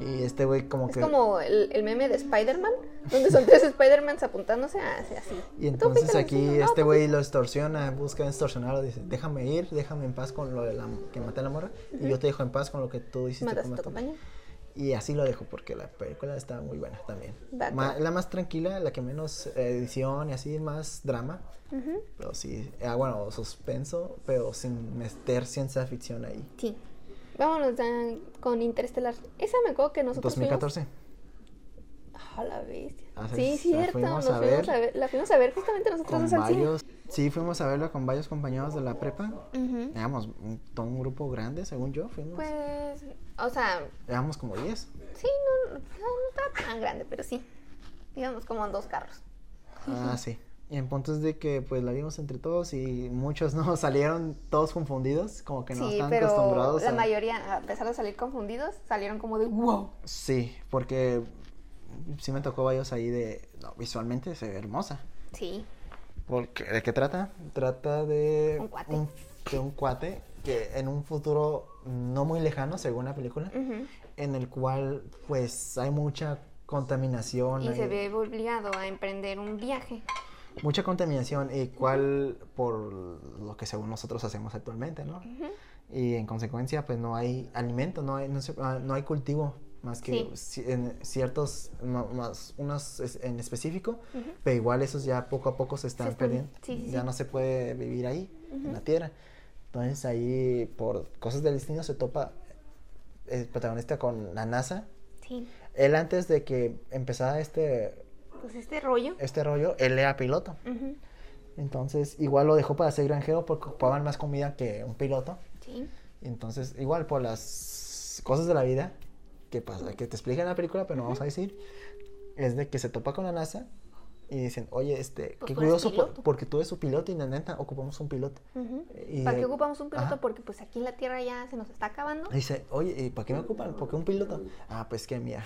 Y este güey como
Es
que...
como el, el meme de Spider-Man, donde son tres Spider-Mans apuntándose hacia así.
Y
Tú
entonces
píntale
aquí
así, ¿no? pues
este güey lo extorsiona, busca extorsionarlo, dice, déjame ir, déjame en paz con lo de la, que maté a la morra y yo te dejo en paz con lo que tú hiciste
Matas
con
a tu
esta-
compañero.
Y así lo dejo porque la película está muy buena también.
Dato.
Ma- la más tranquila, la que menos eh, edición y así, más drama.
Ujú.
Pero sí, ah, bueno, suspenso, pero sin meter ciencia ficción ahí.
Sí. Vámonos ya con Interestelar. Esa me acuerdo que nosotros fuimos-
2014.
A la bestia.
Así
Sí,
es,
cierto.
Ah, la
nos
fuimos a
fuimos
ver.
a ver. La fuimos a ver justamente nosotros
Con
dos al cine.
varios, sí, fuimos a verla con varios compañeros de la prepa.
Ujú.
Éramos un, todo un grupo grande, según yo, fuimos.
Pues, o sea,
Éramos como 10.
sí, no, no, no estaba tan grande, pero sí. Íbamos como en dos carros.
Ah, sí. Y en puntos de que pues la vimos entre todos y muchos [LAUGHS] no salieron todos confundidos, como que no
sí,
están
pero
acostumbrados.
la
a-
mayoría, a pesar de salir confundidos, salieron como de wow.
Sí, porque sí me tocó varios ahí de no, visualmente se ve hermosa.
Sí.
Porque ¿de qué trata? Trata de
Un cuate.
de un cuate que en un futuro no muy lejano, según la película,
Ujú.
en el cual pues hay mucha contaminación,
Y se
hay
ve obligado a emprender un viaje.
mucha contaminación y cual por lo que según nosotros hacemos actualmente, ¿no? y en consecuencia pues no hay alimento, no hay, no se- ah, no hay cultivo más que ci- en ciertos, ma- más unos es- en específico, pero igual esos ya poco a poco se están,
están-
perdiendo,
sí, sí,
ya
sí.
no se puede vivir ahí, en la tierra. Entonces ahí por cosas del destino se topa el protagonista con la NASA.
Sí.
Él antes de que empezara este,
Pues este rollo.
este rollo, él era piloto.
Ujú.
Entonces igual lo dejó para ser granjero porque ocupaban más comida que un piloto.
Sí.
Entonces, igual por las cosas de la vida que pasa, que te explica en la película, pero no vamos a decir, es de que se topa con la NASA y dicen, oye, este,
Pues
qué
tú eres
curioso, por-
piloto.
porque tú eres su piloto y la neta ocupamos un piloto.
Ujú.
Y,
¿Para qué
eh,
ocupamos un piloto?
ajá.
Porque pues aquí en la Tierra ya se nos está acabando.
Dice, oye, ¿y para qué me ocupan? ¿Por qué un piloto? Ah, pues que mira,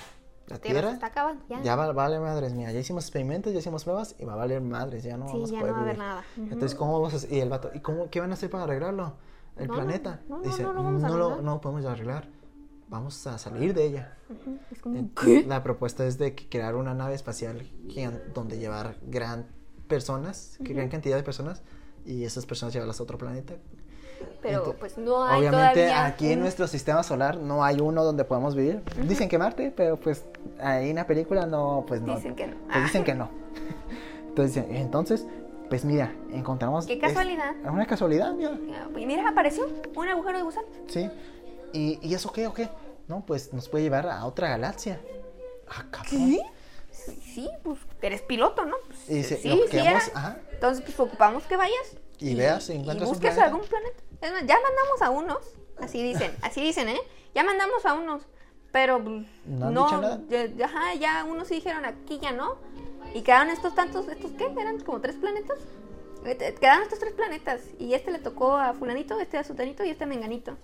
la
La Tierra se
Tierra
está acabando. Ya.
ya va, vale madres, mira, ya hicimos experimentos, ya hicimos pruebas y va a valer madres, ya no
Sí,
vamos
ya
a
no
poder
va a haber
vivir".
nada.
Entonces, ¿cómo vamos a hacer? Y el vato, ¿y cómo, qué van a hacer para arreglarlo? El
No, no,
planeta.
no, no,
Dice,
no lo vamos a
lo
arreglar".
no lo podemos arreglar, vamos a salir de ella.
Ujú. Es como,
En- La propuesta es de que crear una nave espacial gigan- donde llevar gran personas, que gran cantidad de personas, y esas personas llevarlas a otro planeta.
pero
Ento-
pues no hay
Obviamente
todavía
aquí en
un-
nuestro sistema solar no hay uno donde podamos vivir. Dicen que Marte, pero pues ahí en la película no, pues no.
Dicen que no. Ah.
Pues
Ah.
dicen que no. [LAUGHS] Entonces, dicen, entonces, pues mira, encontramos...
Qué
es-
casualidad.
Es una casualidad, mira.
Ah, pues mira, apareció un agujero de gusano.
Sí. ¿Y, y eso qué o qué? No, pues nos puede llevar a otra galaxia. Ah, cabrón.
Sí, pues eres piloto, ¿no? Pues,
Y dice,
sí,
lo Ah, que
sí
queremos,
era.
ajá.
Entonces, pues ocupamos que vayas.
Y veas si encuentras
y
un
busques
planeta.
algún planeta. Es más, ya mandamos a unos, así
[LAUGHS]
dicen, así dicen, ¿eh? Ya mandamos a unos, pero pues,
No han dicho nada.
Ya, ya- ajá, ya unos sí dijeron aquí ya no. Y quedaron estos tantos, ¿estos qué? ¿Eran como tres planetas? Eh, te- Quedaron estos tres planetas. Y este le tocó a fulanito, este a sutanito y este a menganito.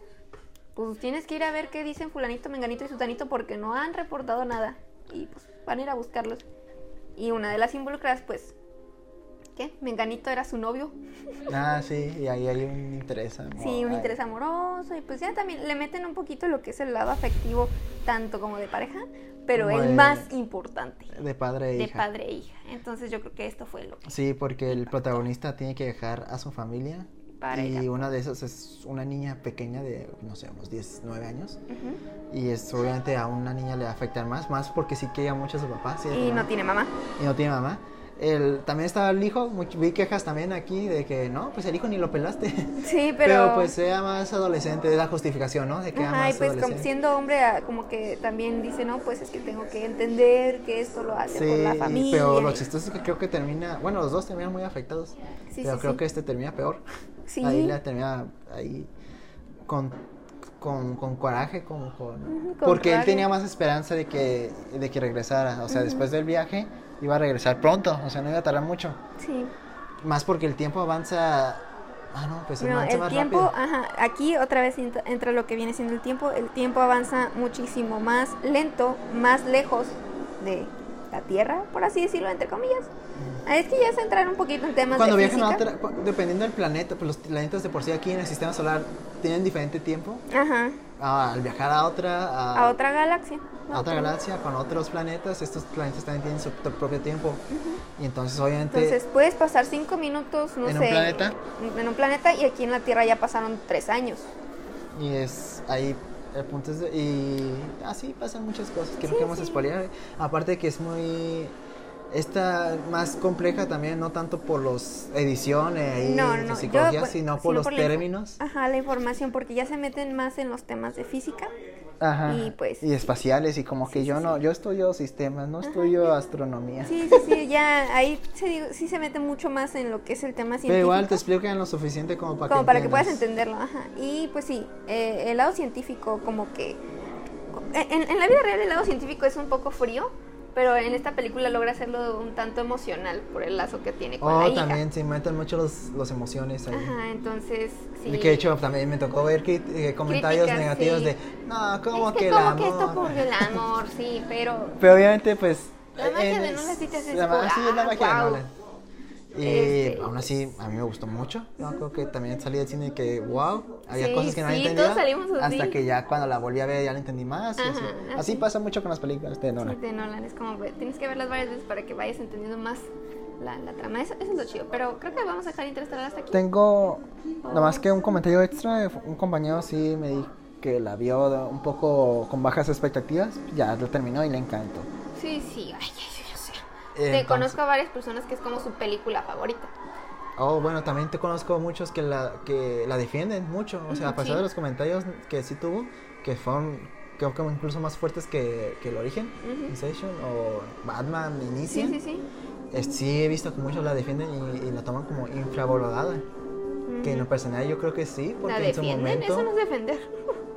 Pues tienes que ir a ver qué dicen fulanito, menganito y sutanito porque no han reportado nada. Y pues van a ir a buscarlos. Y una de las involucradas, pues, ¿qué? Menganito era su novio.
Ah, sí, y ahí hay un interés. amor,
Sí, un
ahí.
interés amoroso y pues ya también le meten un poquito lo que es el lado afectivo, tanto como de pareja, pero
Como
el
de-
más importante,
De padre e
de
hija.
padre e hija. Entonces yo creo que esto fue lo que...
Sí, porque el protagonista tiene que dejar a su familia.
Para
y
ir a-
una de esas es una niña pequeña de, no sé, unos 10, 9 años.
Ujú.
Y es, obviamente a una niña le va a afectar más, más porque sí quería mucho a su papá. sí, a su
Y no
mamá,
tiene mamá.
y no tiene mamá. El, también estaba el hijo, much- vi quejas también aquí de que no, pues el hijo ni lo pelaste. [LAUGHS]
Sí,
Pero,
pero...
pues sea más adolescente, es la justificación, ¿no? De que era
Ajá, y
más
pues como
adolescente.
siendo hombre ah, como que también dice, no, pues es que tengo que entender que esto lo hace por la
y-
familia.
pero lo
y-
chistoso es que creo que termina, bueno, los dos terminan muy afectados,
Sí,
pero
sí,
creo
sí.
que este termina peor.
Sí.
Ahí la termina ahí con, con, con coraje, como con...
Ujú, con
porque él
coraje.
tenía más esperanza de que, de que regresara, o sea, después del viaje iba a regresar pronto, o sea, no iba a tardar mucho.
Sí.
Más porque el tiempo avanza... Ah, no, pues
No,
avanza
el
más
tiempo,
rápido.
ajá, aquí otra vez ent- entra lo que viene siendo el tiempo. El tiempo avanza muchísimo más lento, más lejos de la Tierra, por así decirlo, entre comillas. Ah, Es que ya es entrar un poquito en temas
Mm. Cuando
de
viajan a
física.
otra, cu- dependiendo del planeta, pues los planetas de por sí aquí en el sistema solar tienen diferente tiempo.
Ajá,
Ah, al viajar a otra,
a otra galaxia.
Ah. a otra galaxia con otros planetas, estos planetas también tienen su t- propio tiempo. Y entonces obviamente
Entonces puedes pasar cinco minutos, no
¿En un
sé,
planeta?
en un planeta y aquí en la Tierra ya pasaron tres años.
y es ahí el punto es de- y así pasan muchas cosas que no
Sí,
queremos
sí.
spoilear. Aparte que es muy está más compleja también no tanto por los ediciones y
No, no, yo,
psicología,
pues,
sino por los
la info-
términos.
Ajá, la información, porque ya se meten más en los temas de física.
Ajá.
y, pues,
y espaciales y como que yo no, yo estudio sistemas, no estudio astronomía.
Sí, sí, sí, ya ahí se digo, sí se mete mucho más en lo que es el tema científico.
Pero igual te explican lo suficiente como para
como
que
para que puedas
entiendas.
entenderlo, ajá. Y pues sí, eh, el lado científico como que... En, en la vida real el lado científico es un poco frío, pero en esta película logra hacerlo un tanto emocional por el lazo que tiene con la
Oh,
hija.
también se meten mucho los, los emociones ahí.
Ajá, entonces sí.
Y Que de hecho también me tocó ver crit- eh, comentarios
Críticas,
negativos
sí.
de, no, ¿cómo
es que,
que, el
como
amor?
que esto por el amor, sí, pero...
Pero obviamente, pues...
La magia
en-
de Nolan sí te hace
la, ma-
decir,
sí, es la
"Ah,
magia de
guau".
Nolan. Y
Este-
aún así, a mí me gustó mucho. Yo creo que también salí del cine que, wow, había
Sí,
cosas que no
sí,
había
todos
entendido.
salimos así.
Hasta que ya cuando la volví a ver ya la entendí más. y
Ajá,
así.
así.
Así pasa mucho con las películas de
Sí,
Nolan.
de Nolan, es como, pues, tienes que verlas varias veces para que vayas entendiendo más la, la trama. Eso, eso es lo chido, pero creo que vamos a dejar Interestelar hasta aquí.
Tengo nada más que un comentario extra. Un compañero sí me dijo que la vio de- un poco con bajas expectativas. Ya la terminó y le encantó.
Sí, sí, ay, ay, yo sé.
Entonces-
Te conozco a varias personas que es como su película favorita.
Oh, bueno, también te conozco muchos que la, que la defienden mucho. O sea, a
Ujú,
pesar
sí.
de los comentarios que sí tuvo, que fueron creo que incluso más fuertes que, que el origen,
Ujú.
Inception o Batman
Sí,
Inicia.
sí, sí.
Eh, sí he visto que muchos la defienden y, y la toman como infravalorada. Que en lo personal yo creo que sí, porque
¿La
en su
defienden?
momento...
Eso no es defender.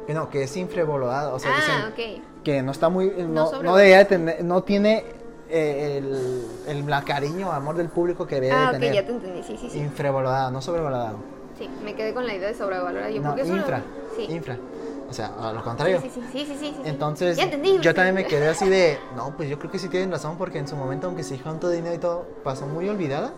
Que no, que es infravalorada. O sea, dicen
ah, ok.
que no está muy... No, no
sobrevalorada.
debería de tener- no tiene eh, el, el la cariño, amor del público que debe
Ah,
de
ok,
tener.
ya te entendí. Sí, sí, sí.
Infravalorado, no sobrevalorado.
Sí, me quedé con la idea de sobrevalorado. Yo,
No,
porque eso lo-
infra.
Sí.
Infra. O sea, a lo contrario.
Sí, sí, sí, sí, sí, sí, sí, sí.
Entonces,
Ya entendí.
yo
[LAUGHS]
también me quedé así de, no, pues yo creo que sí tienen razón, porque en su momento, aunque se hizo tanto dinero y todo, pasó muy olvidada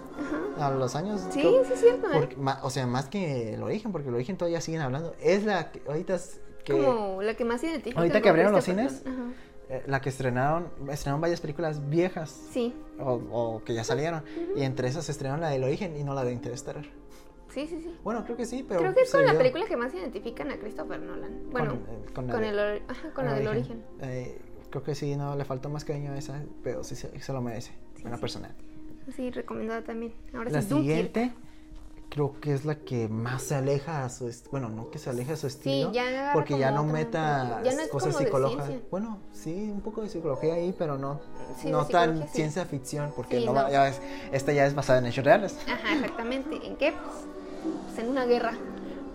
a los años.
Sí,
creo-
sí, es cierto. ¿eh?
porque- ma- o sea, más que el origen, porque el origen todavía siguen hablando. Es la que ahorita es que
Como la que más identifica.
Ahorita que
con
abrieron los
Christopher
cines.
Nolan. Ajá.
eh, la que estrenaron, estrenaron varias películas viejas
Sí,
o, o que ya salieron. Y entre esas estrenaron la del origen y no la de Interestelar.
sí, sí, sí.
Bueno, creo que sí, pero.
Creo que es
se
con la
vio
película que más identifican a Christopher Nolan. Bueno,
eh,
con,
la de-
el, ori- ajá, con la del origen.
Eh, creo que sí, no, le faltó más cariño a esa, pero sí se, se lo merece. Buena persona.
Sí, recomendada también. Ahora
La
sí, Dunkirk.
siguiente, creo que es la que más se aleja a su est- Bueno, no que se aleja a su estilo.
ya agarra
porque ya
como
no
otra
meta
perspectiva. Ya no es
cosas
como de
psicológicas.
ciencia.
Bueno, sí, un poco de psicología ahí, pero no,
Sí,
no
de
tan
psicología sí.
ciencia ficción, porque
Sí,
no va-
no.
ya es- esta ya es basada en hechos reales.
Ajá, exactamente. ¿En qué? Pues en una guerra.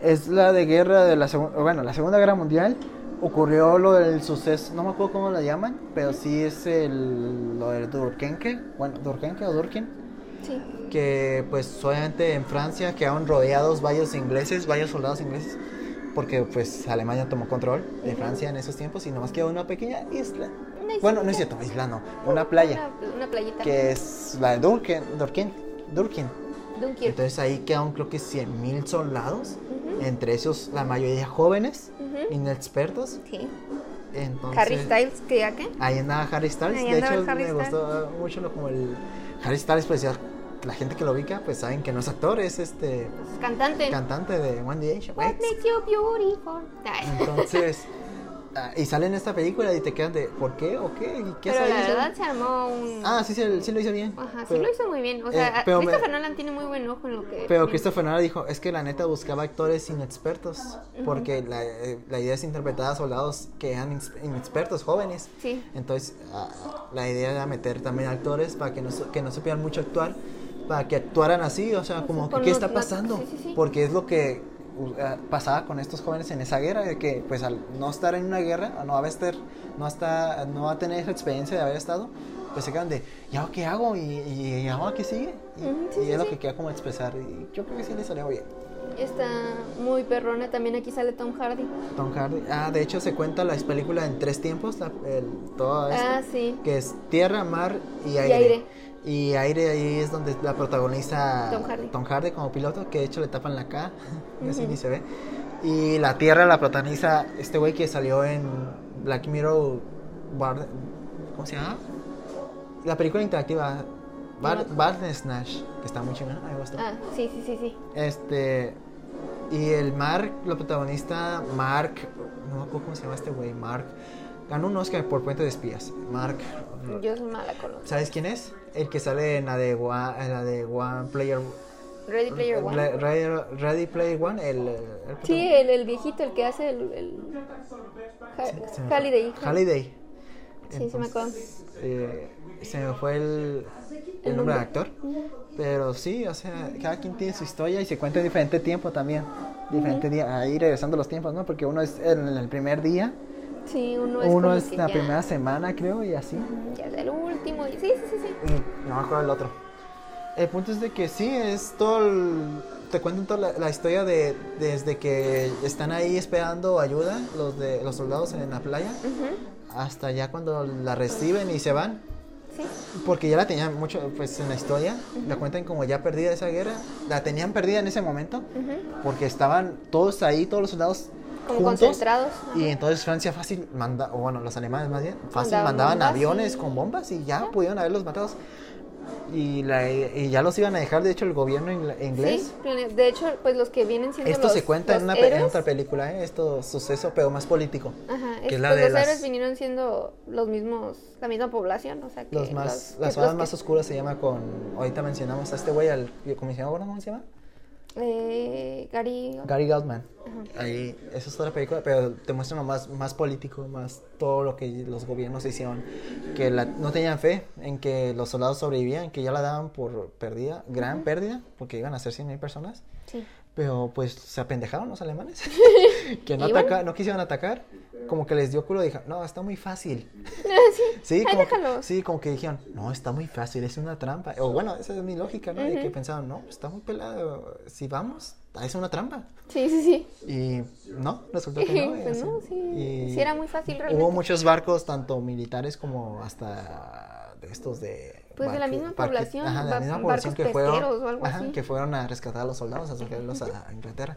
Es la de guerra de la segunda, bueno, la Segunda Guerra Mundial. Ocurrió lo del suceso, no me acuerdo cómo la llaman, pero sí es el, lo del Durkenke, bueno, Durkenke o Durkin,
Sí.
que pues obviamente en Francia quedaron rodeados varios ingleses, varios soldados ingleses, porque pues Alemania tomó control de Francia en esos tiempos y nomás quedó una pequeña isla.
Una
Bueno,
islita.
no es cierto, isla no, una playa,
Una, una playita.
que es la de Durkin, Durkin, Durkin.
Dunkirk.
Entonces ahí quedaron creo que 100.000 soldados,
Ujú.
entre esos la mayoría jóvenes,
Ujú.
inexpertos.
Sí.
Entonces,
Harry Styles, que ya qué.
Ahí andaba Harry Styles.
Ahí
de
andaba
hecho,
el Harry
me
Styles.
gustó mucho lo, como el Harry Styles, pues ya la gente que lo ubica, pues saben que no es actor, es este
Pues, cantante.
cantante de One Direction.
What
Ex.
makes you beautiful? Ay.
Mm, Entonces, ah, y sale en esta película y te quedan de, ¿por qué? ¿O qué? ¿Y qué
Pero
hace
la
ahí?
verdad se armó un...
Ah, sí, sí, sí lo hizo bien.
Ajá, sí
Pero-
lo hizo muy bien. O
eh,
sea,
pero me-
Christopher Nolan tiene muy buen ojo en lo que...
Pero Christopher Nolan dijo, es que la neta buscaba actores inexpertos, porque la, eh, la idea es interpretar a soldados que eran ins- inexpertos, jóvenes.
Sí.
Entonces, ah, la idea era meter también actores para que no, su- que no supieran mucho actuar, para que actuaran así, o sea, como,
con
que, ¿qué
los
está
nat-
pasando?
sí, sí, sí.
Porque es lo que uh, ah, pasaba con estos jóvenes en esa guerra, de que pues al no estar en una guerra, o no haber estar- no, hasta, no va a tener esa experiencia de haber estado, pues se quedan de, ¿y ahora qué hago? ¿Y, y, y ahora qué sigue? Y,
Ujú, sí,
y
sí,
es lo
sí.
que queda como expresar, y yo creo que sí le salió bien.
Está muy perrona. También aquí sale Tom Hardy.
Tom Hardy, ah, de hecho se cuenta la película en tres tiempos, la- el, todo esto.
Ah, sí.
que es tierra, mar y aire. Y aire.
aire.
ahí es donde la protagoniza
Tom Hardy.
como piloto, que de hecho le tapan la cara, [LAUGHS] así ni se ve. Y la tierra la protagoniza este güey que salió en Black Mirror, Bar- ¿cómo se llama? La película interactiva, Bar, Snatch, que está muy chingona, me gustó.
Ah, sí, sí, sí, sí.
Este. Y el Mark, lo protagonista, Mark. No me acuerdo cómo se llama este güey, Mark. Ganó un Oscar por Puente de Espías. Mark.
Yo soy mala con los...
¿Sabes quién es? El que sale en la de One, en la de One Player.
Ready Player One.
Re- Ready, Ready Player One, el. el
Sí, eh, el, el viejito, el que hace el... el... Ha-
se me fue.
Halliday.
Halliday.
Sí, se me acuerdo.
eh, se me fue el, el nombre del actor. Pero sí, o sea, cada quien tiene su historia y se cuenta en diferente tiempo también. Diferente día, ahí regresando los tiempos, ¿no? Porque uno es en el primer día,
Sí, uno es
uno
como
es
que
la
ya-
primera semana, creo, y así.
Ya es el último. y- Sí, sí, sí, sí.
Y Mm, no me acuerdo del otro. El punto es de que sí, es todo el- Te cuentan toda la, la historia de desde que están ahí esperando ayuda los de los soldados en la playa
Ujú.
hasta ya cuando la reciben y se van.
Sí.
Porque ya la tenían mucho, pues en la historia, la cuentan como ya perdida esa guerra, la tenían perdida en ese momento,
Ujú.
porque estaban todos ahí, todos los soldados
Como
juntos,
concentrados.
y entonces Francia fácil manda, o bueno, los alemanes más bien, fácil
Mandaban
mandaban
bombas
aviones
y-
con bombas y ya pudieron haberlos matado. Y, la- y ya los iban a dejar, de hecho, el gobierno ingl- inglés.
Sí, plane- de hecho, pues los que vienen siendo
Esto
los-
se cuenta en,
los
una pe- en
héroes-
otra película, ¿eh? esto suceso, pero más político.
Ajá,
que
es-
es la
pues
de
los
las-
héroes vinieron siendo los mismos, la misma población, o sea que
Los más,
los-
las
que-
zonas
los
más
que-
oscuras se llama con, ahorita mencionamos a este güey, al comisionado, ¿cómo se llama?
eh, Gary,
Gary Goldman. Ahí, esa es otra película, pero te muestra lo más, más político, más todo lo que los gobiernos hicieron, que la- no tenían fe en que los soldados sobrevivían, que ya la daban por perdida, gran pérdida, porque iban a ser 100.000 personas,
sí,
pero pues se apendejaron los alemanes,
[LAUGHS]
que no,
Iban.
ataca- no quisieron atacar, como que les dio culo, dijeron, no, está muy fácil,
[LAUGHS] sí,
Sí,
Ay,
como, que-
déjalo.
sí, como que dijeron, no, está muy fácil, es una trampa. O bueno, esa es mi lógica, ¿no? De que pensaron, no, está muy pelado, si vamos, es una trampa.
Sí, sí,
[LAUGHS]
sí.
Y no, resultó que no. y
Pues [LAUGHS]
así.
no, sí.
Y
Sí, era muy fácil realmente.
Hubo muchos barcos, tanto militares como hasta de estos de...
Pues de la misma población,
ajá, de la
ba-
misma población
barcos
que fueron,
pesqueros o algo
ajá,
así.
que fueron a rescatar a los soldados, a sacarlos a, a Inglaterra.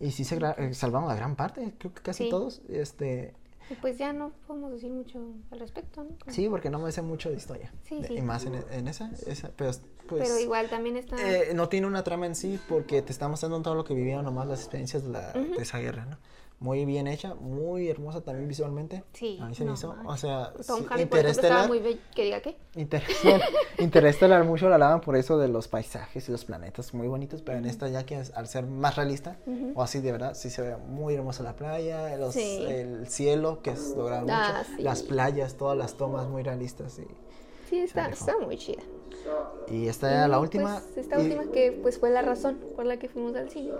Y sí se gra- eh, salvaron a gran parte, creo que casi
Sí.
todos. Este,
Y pues ya no podemos decir mucho al respecto, ¿no? Como-
sí, porque no me sé mucho de historia.
Sí,
De-
sí.
Y más en, en esa, esa, pero pues...
Pero igual también está...
eh, no tiene una trama en sí porque te está mostrando todo lo que vivieron, nomás las experiencias de, la- de esa guerra, ¿no? Muy bien hecha, muy hermosa también visualmente.
Sí,
A mí se me
no
hizo, o
manches.
sea,
Tom
sí,
Hardy, por ejemplo, estaba
Interestelar-
muy bello. Que diga qué.
Interestelar,
[LAUGHS]
Interestelar mucho la alaban por eso de los paisajes y los planetas muy bonitos, pero en esta ya que es- al ser más realista, o así de verdad, sí se ve muy hermosa la playa, los-
Sí.
el cielo que es logrado mucho,
Ah, sí.
las playas, todas las tomas muy realistas y,
Sí, está,
dejó.
está muy chida.
y esta era la última.
Pues, esta
y-
última que pues fue la razón por la que fuimos al cine.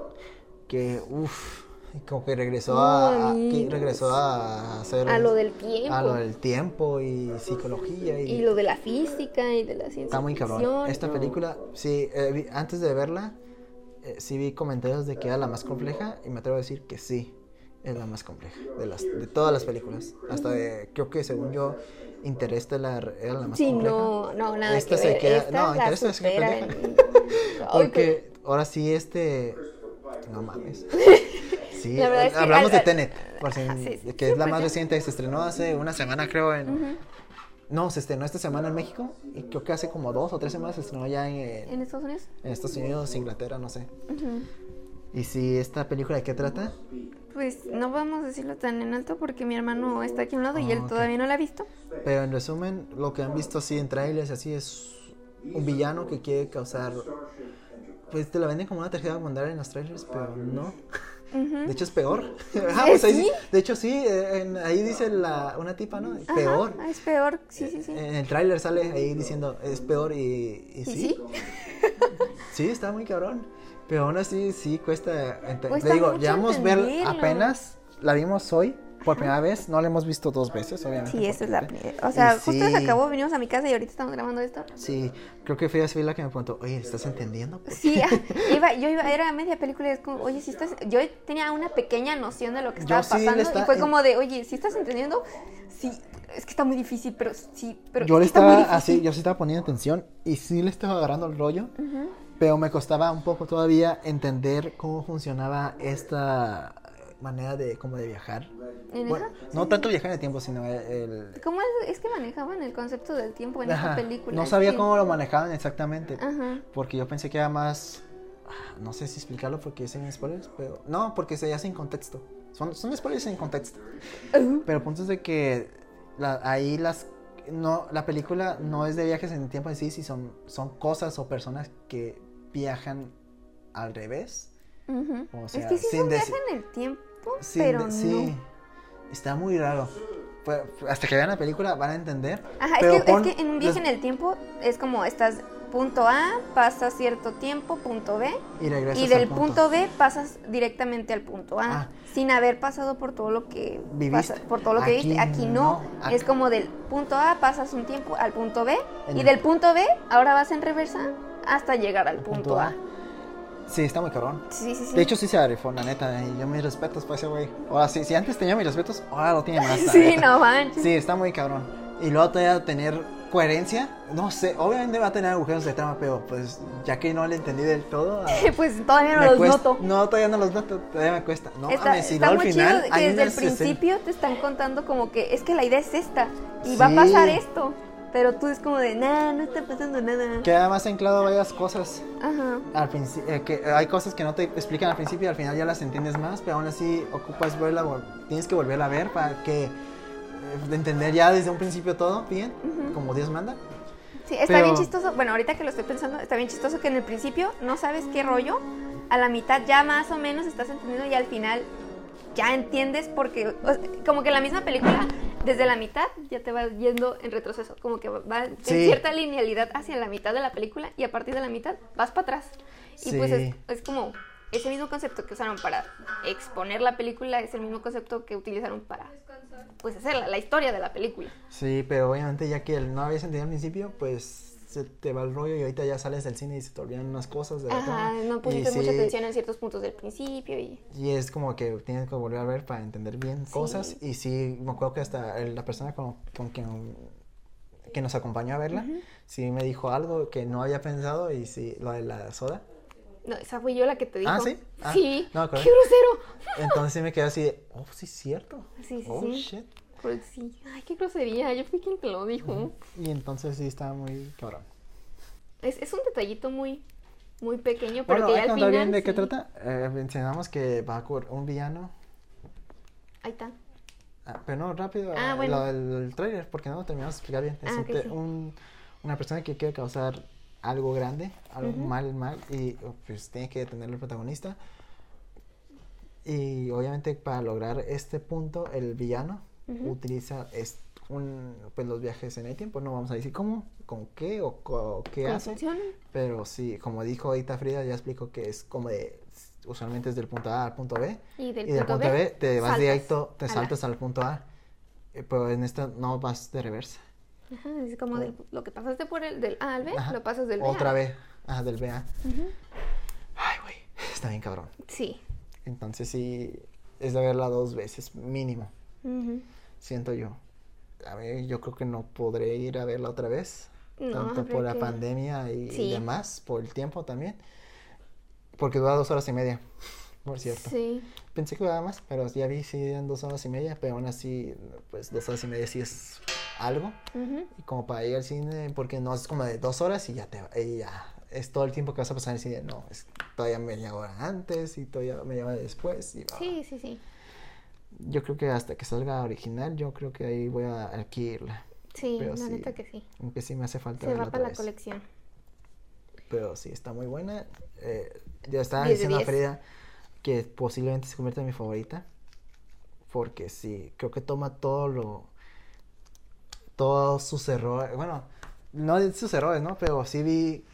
que uff como que regresó
No,
a, a- que
amigos.
regresó a hacer
A lo del tiempo.
a lo del tiempo y psicología y,
Y lo de la física y de la ciencia
está muy cabrón
ficción,
esta
no.
película sí eh, vi- antes de verla eh, sí vi comentarios de que era la más compleja y me atrevo a decir que sí es la más compleja de las de todas las películas hasta de, creo que según yo Interestelar era la más
Sí,
compleja
no, no, nada
Esta
que
se
ver.
queda-
Esta
no,
la
Interestelar se queda
supera
pendeja. [LAUGHS]
en- Ay, pues, pero-
porque ahora sí este
[LAUGHS]
no mames sí
La verdad es que
hablamos
al- Ah,
de Tenet por si-
Ajá, sí, sí.
que es la más reciente se estrenó hace una semana creo en no se estrenó esta semana en México y creo que hace como dos o tres semanas se estrenó ya en,
¿En Estados Unidos?
en Estados Unidos Inglaterra no sé y si esta película de qué trata
Pues no vamos a decirlo tan en alto porque mi hermano está aquí a un lado y
Ah,
él
ok.
todavía no la ha visto.
pero en resumen lo que han visto así en trailers así es un villano que quiere causar pues te la venden como una tercera mundial en los trailers pero no
Ujú.
De hecho es peor. [LAUGHS] Ah, pues ahí
¿Sí?
sí. De hecho sí, eh, en- ahí dice la, una tipa, ¿no?
Ajá,
Peor.
ah, es peor, sí, sí, sí.
En el tráiler sale ahí diciendo es peor y, y
¿Y
sí.
sí?
[LAUGHS] Sí, está muy cabrón. Pero aún así sí cuesta. ente-
Cuesta
Le digo,
mucho
llevamos ver
entenderlo.
apenas, la vimos hoy por primera vez, no la hemos visto dos veces, obviamente.
Sí, eso es la
porque-
primera. O sea,
Y
justo
sí.
se acabó, vinimos a mi casa y ahorita estamos grabando esto.
Sí, creo que fui a la que me preguntó, oye, ¿estás entendiendo?
Sí, [LAUGHS] ah, iba, yo iba, era media película y es como, oye, si estás, yo tenía una pequeña noción de lo que
Yo
estaba
sí le
pasando y
está-
fue como de, oye, si estás entendiendo, sí, es que está muy difícil, pero sí, pero
yo
es
le
que está muy
estaba
difícil.
así, yo sí estaba poniendo atención y sí le estaba agarrando el rollo, pero me costaba un poco todavía entender cómo funcionaba esta manera de como de viajar.
¿En
Bueno,
esa?
no tanto viajar en el tiempo, sino el, el-
¿Cómo es, es que manejaban el concepto del tiempo en
Ajá,
esa película?
No
Es
sabía
que-
cómo lo manejaban exactamente,
Ajá.
porque yo pensé que era más ah, no sé si explicarlo porque es en spoilers, pero no, porque se hace en contexto. Son, son spoilers en contexto.
Ujú.
Pero el punto es de que la- ahí las no la película no es de viajes en el tiempo en sí, si son son cosas o personas que viajan al revés.
Ujú.
O sea,
es que sí
sin
es un viaje
deci-
en el tiempo,
Sin-
Oh, pero
sí.
no.
Está muy raro. Fue- fue- Hasta que vean la película van a entender.
Ajá,
pero
es, que,
pon
es que en un viaje
los-
en el tiempo es como estás punto A, pasas cierto tiempo, punto B,
y regresas
y
al
del punto. B pasas directamente al punto A,
Ah.
sin haber pasado por todo lo que
Viviste.
pasa- por todo lo que
Aquí
viste. Aquí no,
no, aquí-
es como del punto A pasas un tiempo al punto B
En
y
el-
del punto B ahora vas en reversa hasta llegar al
al
punto, A.
Sí, está muy cabrón.
Sí, sí, sí.
De
[LAUGHS]
hecho sí se arefó, la neta, y yo mis respetos para ese güey. Ahora sí, si antes tenía mis respetos, ahora lo tiene más.
[LAUGHS]
la
sí,
neta.
no manches.
Sí, está muy cabrón. Y luego todavía tener coherencia, no sé, obviamente va a tener agujeros de trama, pero pues ya que no le entendí del todo, a-
[LAUGHS] pues todavía no
me
los
cuesta-
noto.
no, todavía no los noto, todavía me cuesta. No,
Está,
mames, y
está
luego
muy
al final
chido
hay
que desde el
unas escenas-
principio te están contando como que es que la idea es esta y va a
Sí.
pasar esto, pero tú es como de, nah, no está pasando nada.
Que además han anclado varias cosas.
Ajá.
Al princi- eh, que hay cosas que no te explican al principio y al final ya las entiendes más, pero aún así ocupas verla, vol- tienes que volverla a ver para que eh, entender ya desde un principio todo bien, como Dios manda.
Sí, está
Pero-
bien chistoso. Bueno, ahorita que lo estoy pensando, está bien chistoso que en el principio no sabes qué rollo, a la mitad ya más o menos estás entendiendo y al final ya entiendes porque o sea, como que la misma película desde la mitad ya te va yendo en retroceso, como que va en
Sí.
cierta linealidad hacia la mitad de la película y a partir de la mitad vas para atrás. Y pues
Sí.
es, es como ese mismo concepto que usaron para exponer la película es el mismo concepto que utilizaron para pues hacer la, la historia de la película.
Sí, pero obviamente ya que no habías entendido al principio, pues se te va el rollo y ahorita ya sales del cine y se te olvidan unas cosas de la
Ajá,
trama,
no
y
pusiste mucha
sí,
atención en ciertos puntos del principio y
Y es como que tienes que volver a ver para entender bien cosas.
Sí.
Y sí, me acuerdo que hasta el- la persona con, con quien que nos acompañó a verla, sí me dijo algo que no había pensado y sí, lo de la soda.
no, esa fui yo la que te dijo.
Ah, ¿sí? Ah,
sí.
no me acordé.
qué grosero.
Entonces sí me quedé así, oh, sí es cierto.
Sí, sí,
Oh,
sí.
shit.
Pues sí. Ay, qué grosería. Yo fui quien te lo dijo.
Y entonces sí estaba muy cabrón.
Es, es un detallito muy muy pequeño, pero
Bueno,
que
hay
ya
que
al
contar
final
bien de qué
sí.
trata. Eh, mencionamos que va a ocurrir un villano.
Ahí está.
Ah, pero no, rápido,
Ah,
eh,
bueno.
lo del del trailer, porque no lo terminamos de explicar bien. Es
Ah,
un
ok,
te-
sí.
un- una persona que quiere causar algo grande, algo mal, mal, y pues tiene que detener el protagonista. Y obviamente para lograr este punto, el villano utiliza es- un, pues, los viajes en el tiempo. No vamos a decir cómo, con qué o, co- qué
¿Cómo
hace.
funciona?
Pero sí, como dijo ahorita Frida, ya explico que es como de, usualmente es del punto A al punto B.
Y del
y del
punto
punto
B,
B, te vas
saltas
directo, te
a la-
saltas al punto A. Eh, Pero en esta no vas de reversa.
Ajá, es como del- lo que pasaste por el del A al B,
Ajá.
lo pasas del B.
Otra
a-
vez, ah, del B A. Ay, güey, está bien cabrón.
Sí.
Entonces sí, es de verla dos veces mínimo,
Ujú.
siento yo. A ver, yo creo que no podré ir a verla otra vez.
No,
tanto
habría
por la
que-
pandemia y
Sí.
demás, por el tiempo también. Porque dura dos horas y media, por cierto.
Sí.
Pensé que duraba más, pero ya vi, sí, eran dos horas y media, pero aún así, pues dos horas y media sí es algo.
Ujú.
Y como para ir al cine, porque no es como de dos horas y ya te va- y ya es todo el tiempo que vas a pasar en el cine. No, es todavía media hora antes y todavía media hora después. y bla, bla.
Sí, sí, sí.
Yo creo que hasta que salga original, yo creo que ahí voy a adquirirla.
Sí,
Pero
la
sí,
neta que sí.
Aunque sí me hace falta
Se
verla
va
otra
para la
vez.
colección.
Pero sí, está muy buena. Eh, ya estaba
Diez de
diciendo a
diez.
Frida que posiblemente se convierta en mi favorita. Porque sí, creo que toma todo lo. Todos sus errores. Bueno, no de sus errores, ¿no? Pero sí vi.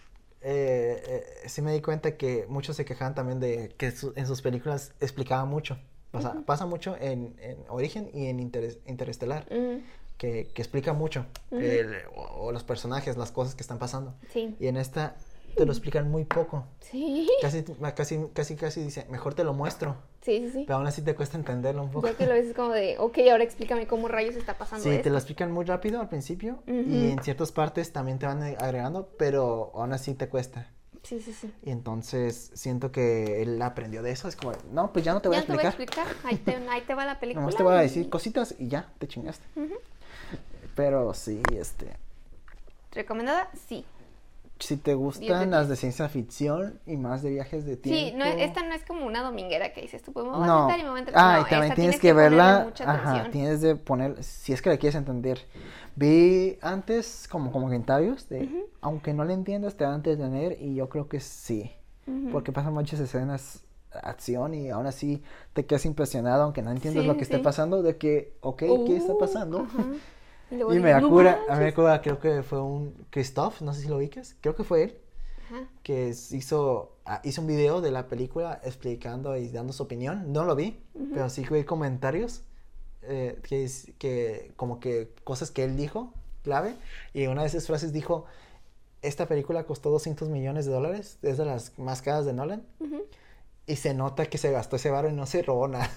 eh, eh, sí me di cuenta que muchos se quejaban también de que su- en sus películas explicaba mucho. Pasa, pasa mucho en, en Origen y en Interes- Interestelar.
Ujú.
Que, que explica mucho.
Ujú.
el- o- o los personajes, las cosas que están pasando.
Sí.
Y en esta te lo explican muy poco. [LAUGHS]
Sí.
Casi, casi, casi, casi dice, mejor te lo muestro.
Sí, sí, sí.
Pero aún así te cuesta entenderlo un poco.
Ya que
[LAUGHS]
lo ves es como de, ok, ahora explícame cómo rayos está pasando
Sí, te
esto.
lo explican muy rápido al principio y
Ujú.
en ciertas partes también te van agregando, pero aún así te cuesta.
Sí, sí, sí.
Y entonces siento que él aprendió de eso. Es como, no, pues ya no te voy a
ya te voy a
explicar.
explicar. Ahí te, ahí te va la película.
[LAUGHS] Nomás te voy a
y-
decir cositas y ya, te chingaste. Pero sí, este,
¿Recomendada? Sí.
si te
Diez de
gustan
diez.
las de ciencia ficción y más de viajes de tiempo.
Sí, no, esta no es como una dominguera que dices tú, pues me voy a
No.
sentar y me voy a entretener.
Ah,
No,
y también
esta
tienes que, verla.
ponerle mucha
Ajá,
atención.
tienes de poner, si es que la quieres entender. Vi antes como como comentarios de, aunque no la entiendas, te van a entretener y yo creo que sí. Porque pasan muchas escenas acción y aún así te quedas impresionado aunque no entiendas
Sí,
lo que esté
sí.
pasando de que ok qué está
Uh,
pasando [LAUGHS]
ajá. Y, luego
y
dices,
me da
"No
cura a
manches".
mí me cura creo que fue un Christoph no sé si lo ubicas creo que fue él
Ajá.
que es- hizo, ah, hizo un video de la película explicando y dando su opinión. No lo vi, pero sí que vi comentarios eh, que, es- que como que cosas que él dijo, clave. Y una de esas frases dijo, esta película costó 200 millones de dólares, es de las más caras de Nolan. Y se nota que se gastó ese varo y no se
[LAUGHS]
robó nada.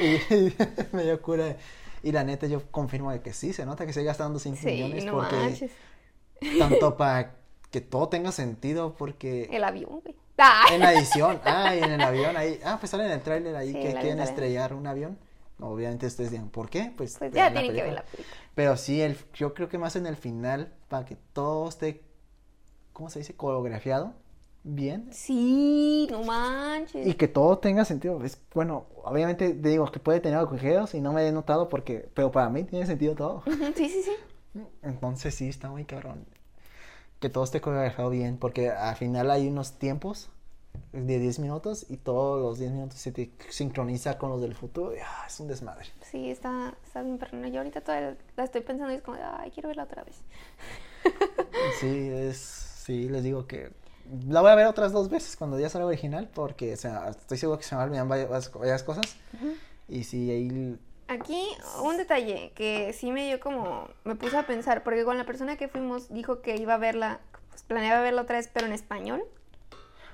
y, y [LAUGHS] me dio cura. Y la neta, yo confirmo de que sí, se nota que se gastaron 200
Sí,
millones
no
porque [LAUGHS]
manches.
tanto para que todo tenga sentido porque
El avión, güey. [LAUGHS] Ah.
en la edición, ah, y en el avión ahí, ah, pues sale en el tráiler
Sí,
ahí que
la
quieren
ventana.
estrellar un avión. Obviamente ustedes dirán, ¿por qué? Pues,
Pues
vean
ya
la
tienen que ver
película.
la película.
Pero sí, el, yo creo que más en el final, para que todo esté, ¿cómo se dice? Coreografiado, bien,
Sí, no
y
manches.
que todo tenga sentido. Es, bueno, obviamente te digo que puede tener agujeros y no me he notado porque, pero para mí tiene sentido todo.
Ujú, Sí, sí, sí.
Entonces sí, está muy cabrón. Que todo esté coreografiado bien, porque al final hay unos tiempos de 10 minutos y todos los 10 minutos se te sincroniza con los del futuro. y, ah, es un desmadre.
Sí, está, está bien perrona. Yo ahorita todavía la estoy pensando y es como, de, ay, quiero verla otra vez.
Sí, es, sí, les digo que la voy a ver otras dos veces cuando ya sea la original, porque o sea, estoy seguro que se me van a olvidar varias, varias cosas. Uh -huh. Y si ahí...
Aquí un detalle que sí me dio como, me puse a pensar, porque con la persona que fuimos dijo que iba a verla, pues planeaba verla otra vez, pero en español,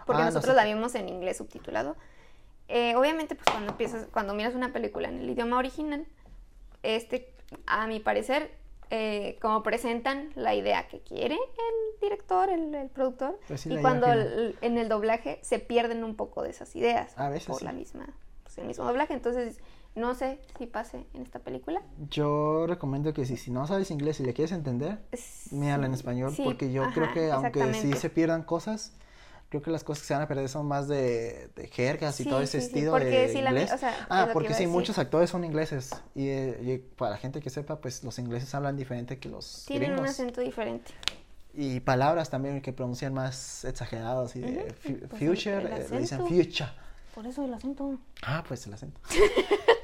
porque
Ah, no
nosotros
sé.
la vimos en inglés subtitulado. Eh, obviamente, pues cuando empiezas, cuando miras una película en el idioma original, este, a mi parecer, eh, como presentan la idea que quiere el director, el, el productor,
Pues sí, la
y
idea
cuando
final.
el- en el doblaje se pierden un poco de esas ideas
Ah, A veces
por
sí.
la misma, pues, el mismo doblaje. Entonces, no sé si pase en esta película.
Yo recomiendo que si, si no sabes inglés y le quieres entender, mírala en español,
Sí,
porque yo creo
ajá,
que aunque sí
exactamente.
se pierdan cosas, creo que las cosas que se van a perder son más de, de jergas y
Sí,
todo ese
sí, sí,
estilo
porque
de
sí, la mi-
inglés.
o sea, es lo
ah,
que
porque
iba a
sí,
decir.
muchos actores son ingleses y, eh, y para la gente que sepa, pues los ingleses hablan diferente que los
Tienen un
gringos.
acento diferente.
Y palabras también que pronuncian más exagerados y de
Ujú,
fu-
pues el-
future,
el
eh, le dicen
acento.
future.
Por eso el acento.
Ah, pues
[LAUGHS]
el acento.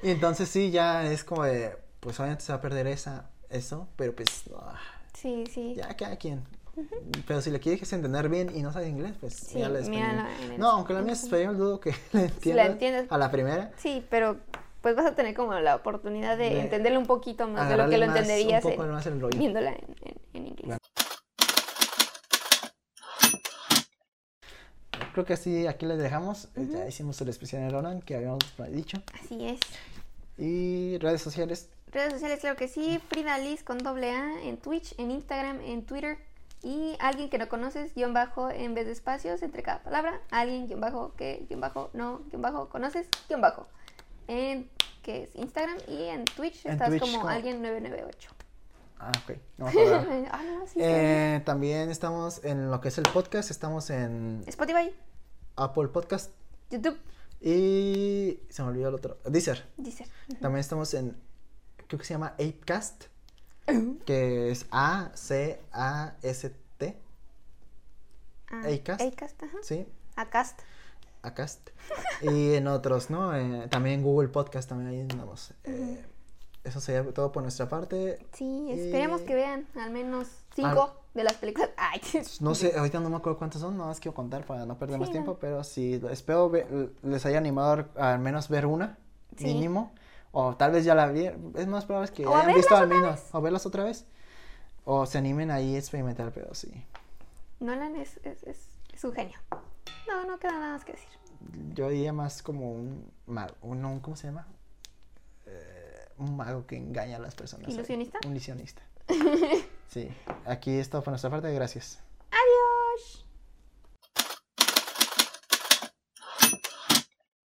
y entonces sí, ya es como de, pues obviamente se va a perder esa, eso, pero pues ah,
Sí, sí.
ya cada quien. Pero si le quieres entender bien y no sabes inglés, pues
Sí,
mírala en español.
mírala en el
No, aunque la mía es español, dudo que [LAUGHS] la entiendas
entiendes.
a la primera.
Sí, pero pues vas a tener como la oportunidad de,
De
entenderlo un poquito más de lo
agarrarle
que lo
más- un
entenderías
poco
en-
más el rollo.
viéndola en, en- en inglés.
Claro. Creo que así aquí les dejamos. Eh, Ya hicimos el especial de Roland que habíamos dicho.
Así es.
Y redes sociales,
Redes sociales, claro que sí. Frida Liz con doble A en Twitch, en Instagram, en Twitter. Y alguien que no conoces, guión bajo en vez de espacios entre cada palabra. Alguien guión bajo que guión bajo no guión bajo conoces guión bajo. En que es Instagram y en Twitch
En
estás
Twitch,
como
¿cómo?
alguien 998.
Ah, ok. No me acordaba.
ah, no, [LAUGHS] sí, sí.
Eh, también estamos en lo que es el podcast, estamos en
Spotify,
Apple Podcast
YouTube,
y se me olvidó el otro, Deezer.
Deezer.
También estamos en, creo que se llama Apecast, que es A C A S T,
Ah,
Acast.
Acast, ajá.
sí,
Acast.
Acast. Y en otros, ¿no? Eh, también Google Podcast, también ahí andamos. Eh, eso sería todo por nuestra parte.
Sí, esperemos
Y-
que vean al menos cinco de las películas. [LAUGHS] Ay,
No sé, ahorita no me acuerdo cuántos son, nada más quiero contar para no perder
Sí,
más
no.
tiempo, pero sí, espero ve- les haya animado a- al menos ver una,
Sí.
mínimo, o tal vez ya la vieron, es más probable que
O a
hayan visto
verlas
al
otra
menos,
vez.
o verlas otra vez, o se animen ahí a experimentar, pero sí,
Nolan es, es, es, es un genio. No, no queda nada más que decir.
yo diría más como un mago, un, un- ¿cómo se llama? Eh, un mago que engaña a las personas. ahí.
¿Ilusionista?
Un ilusionista. sí, aquí esto por nuestra parte, gracias.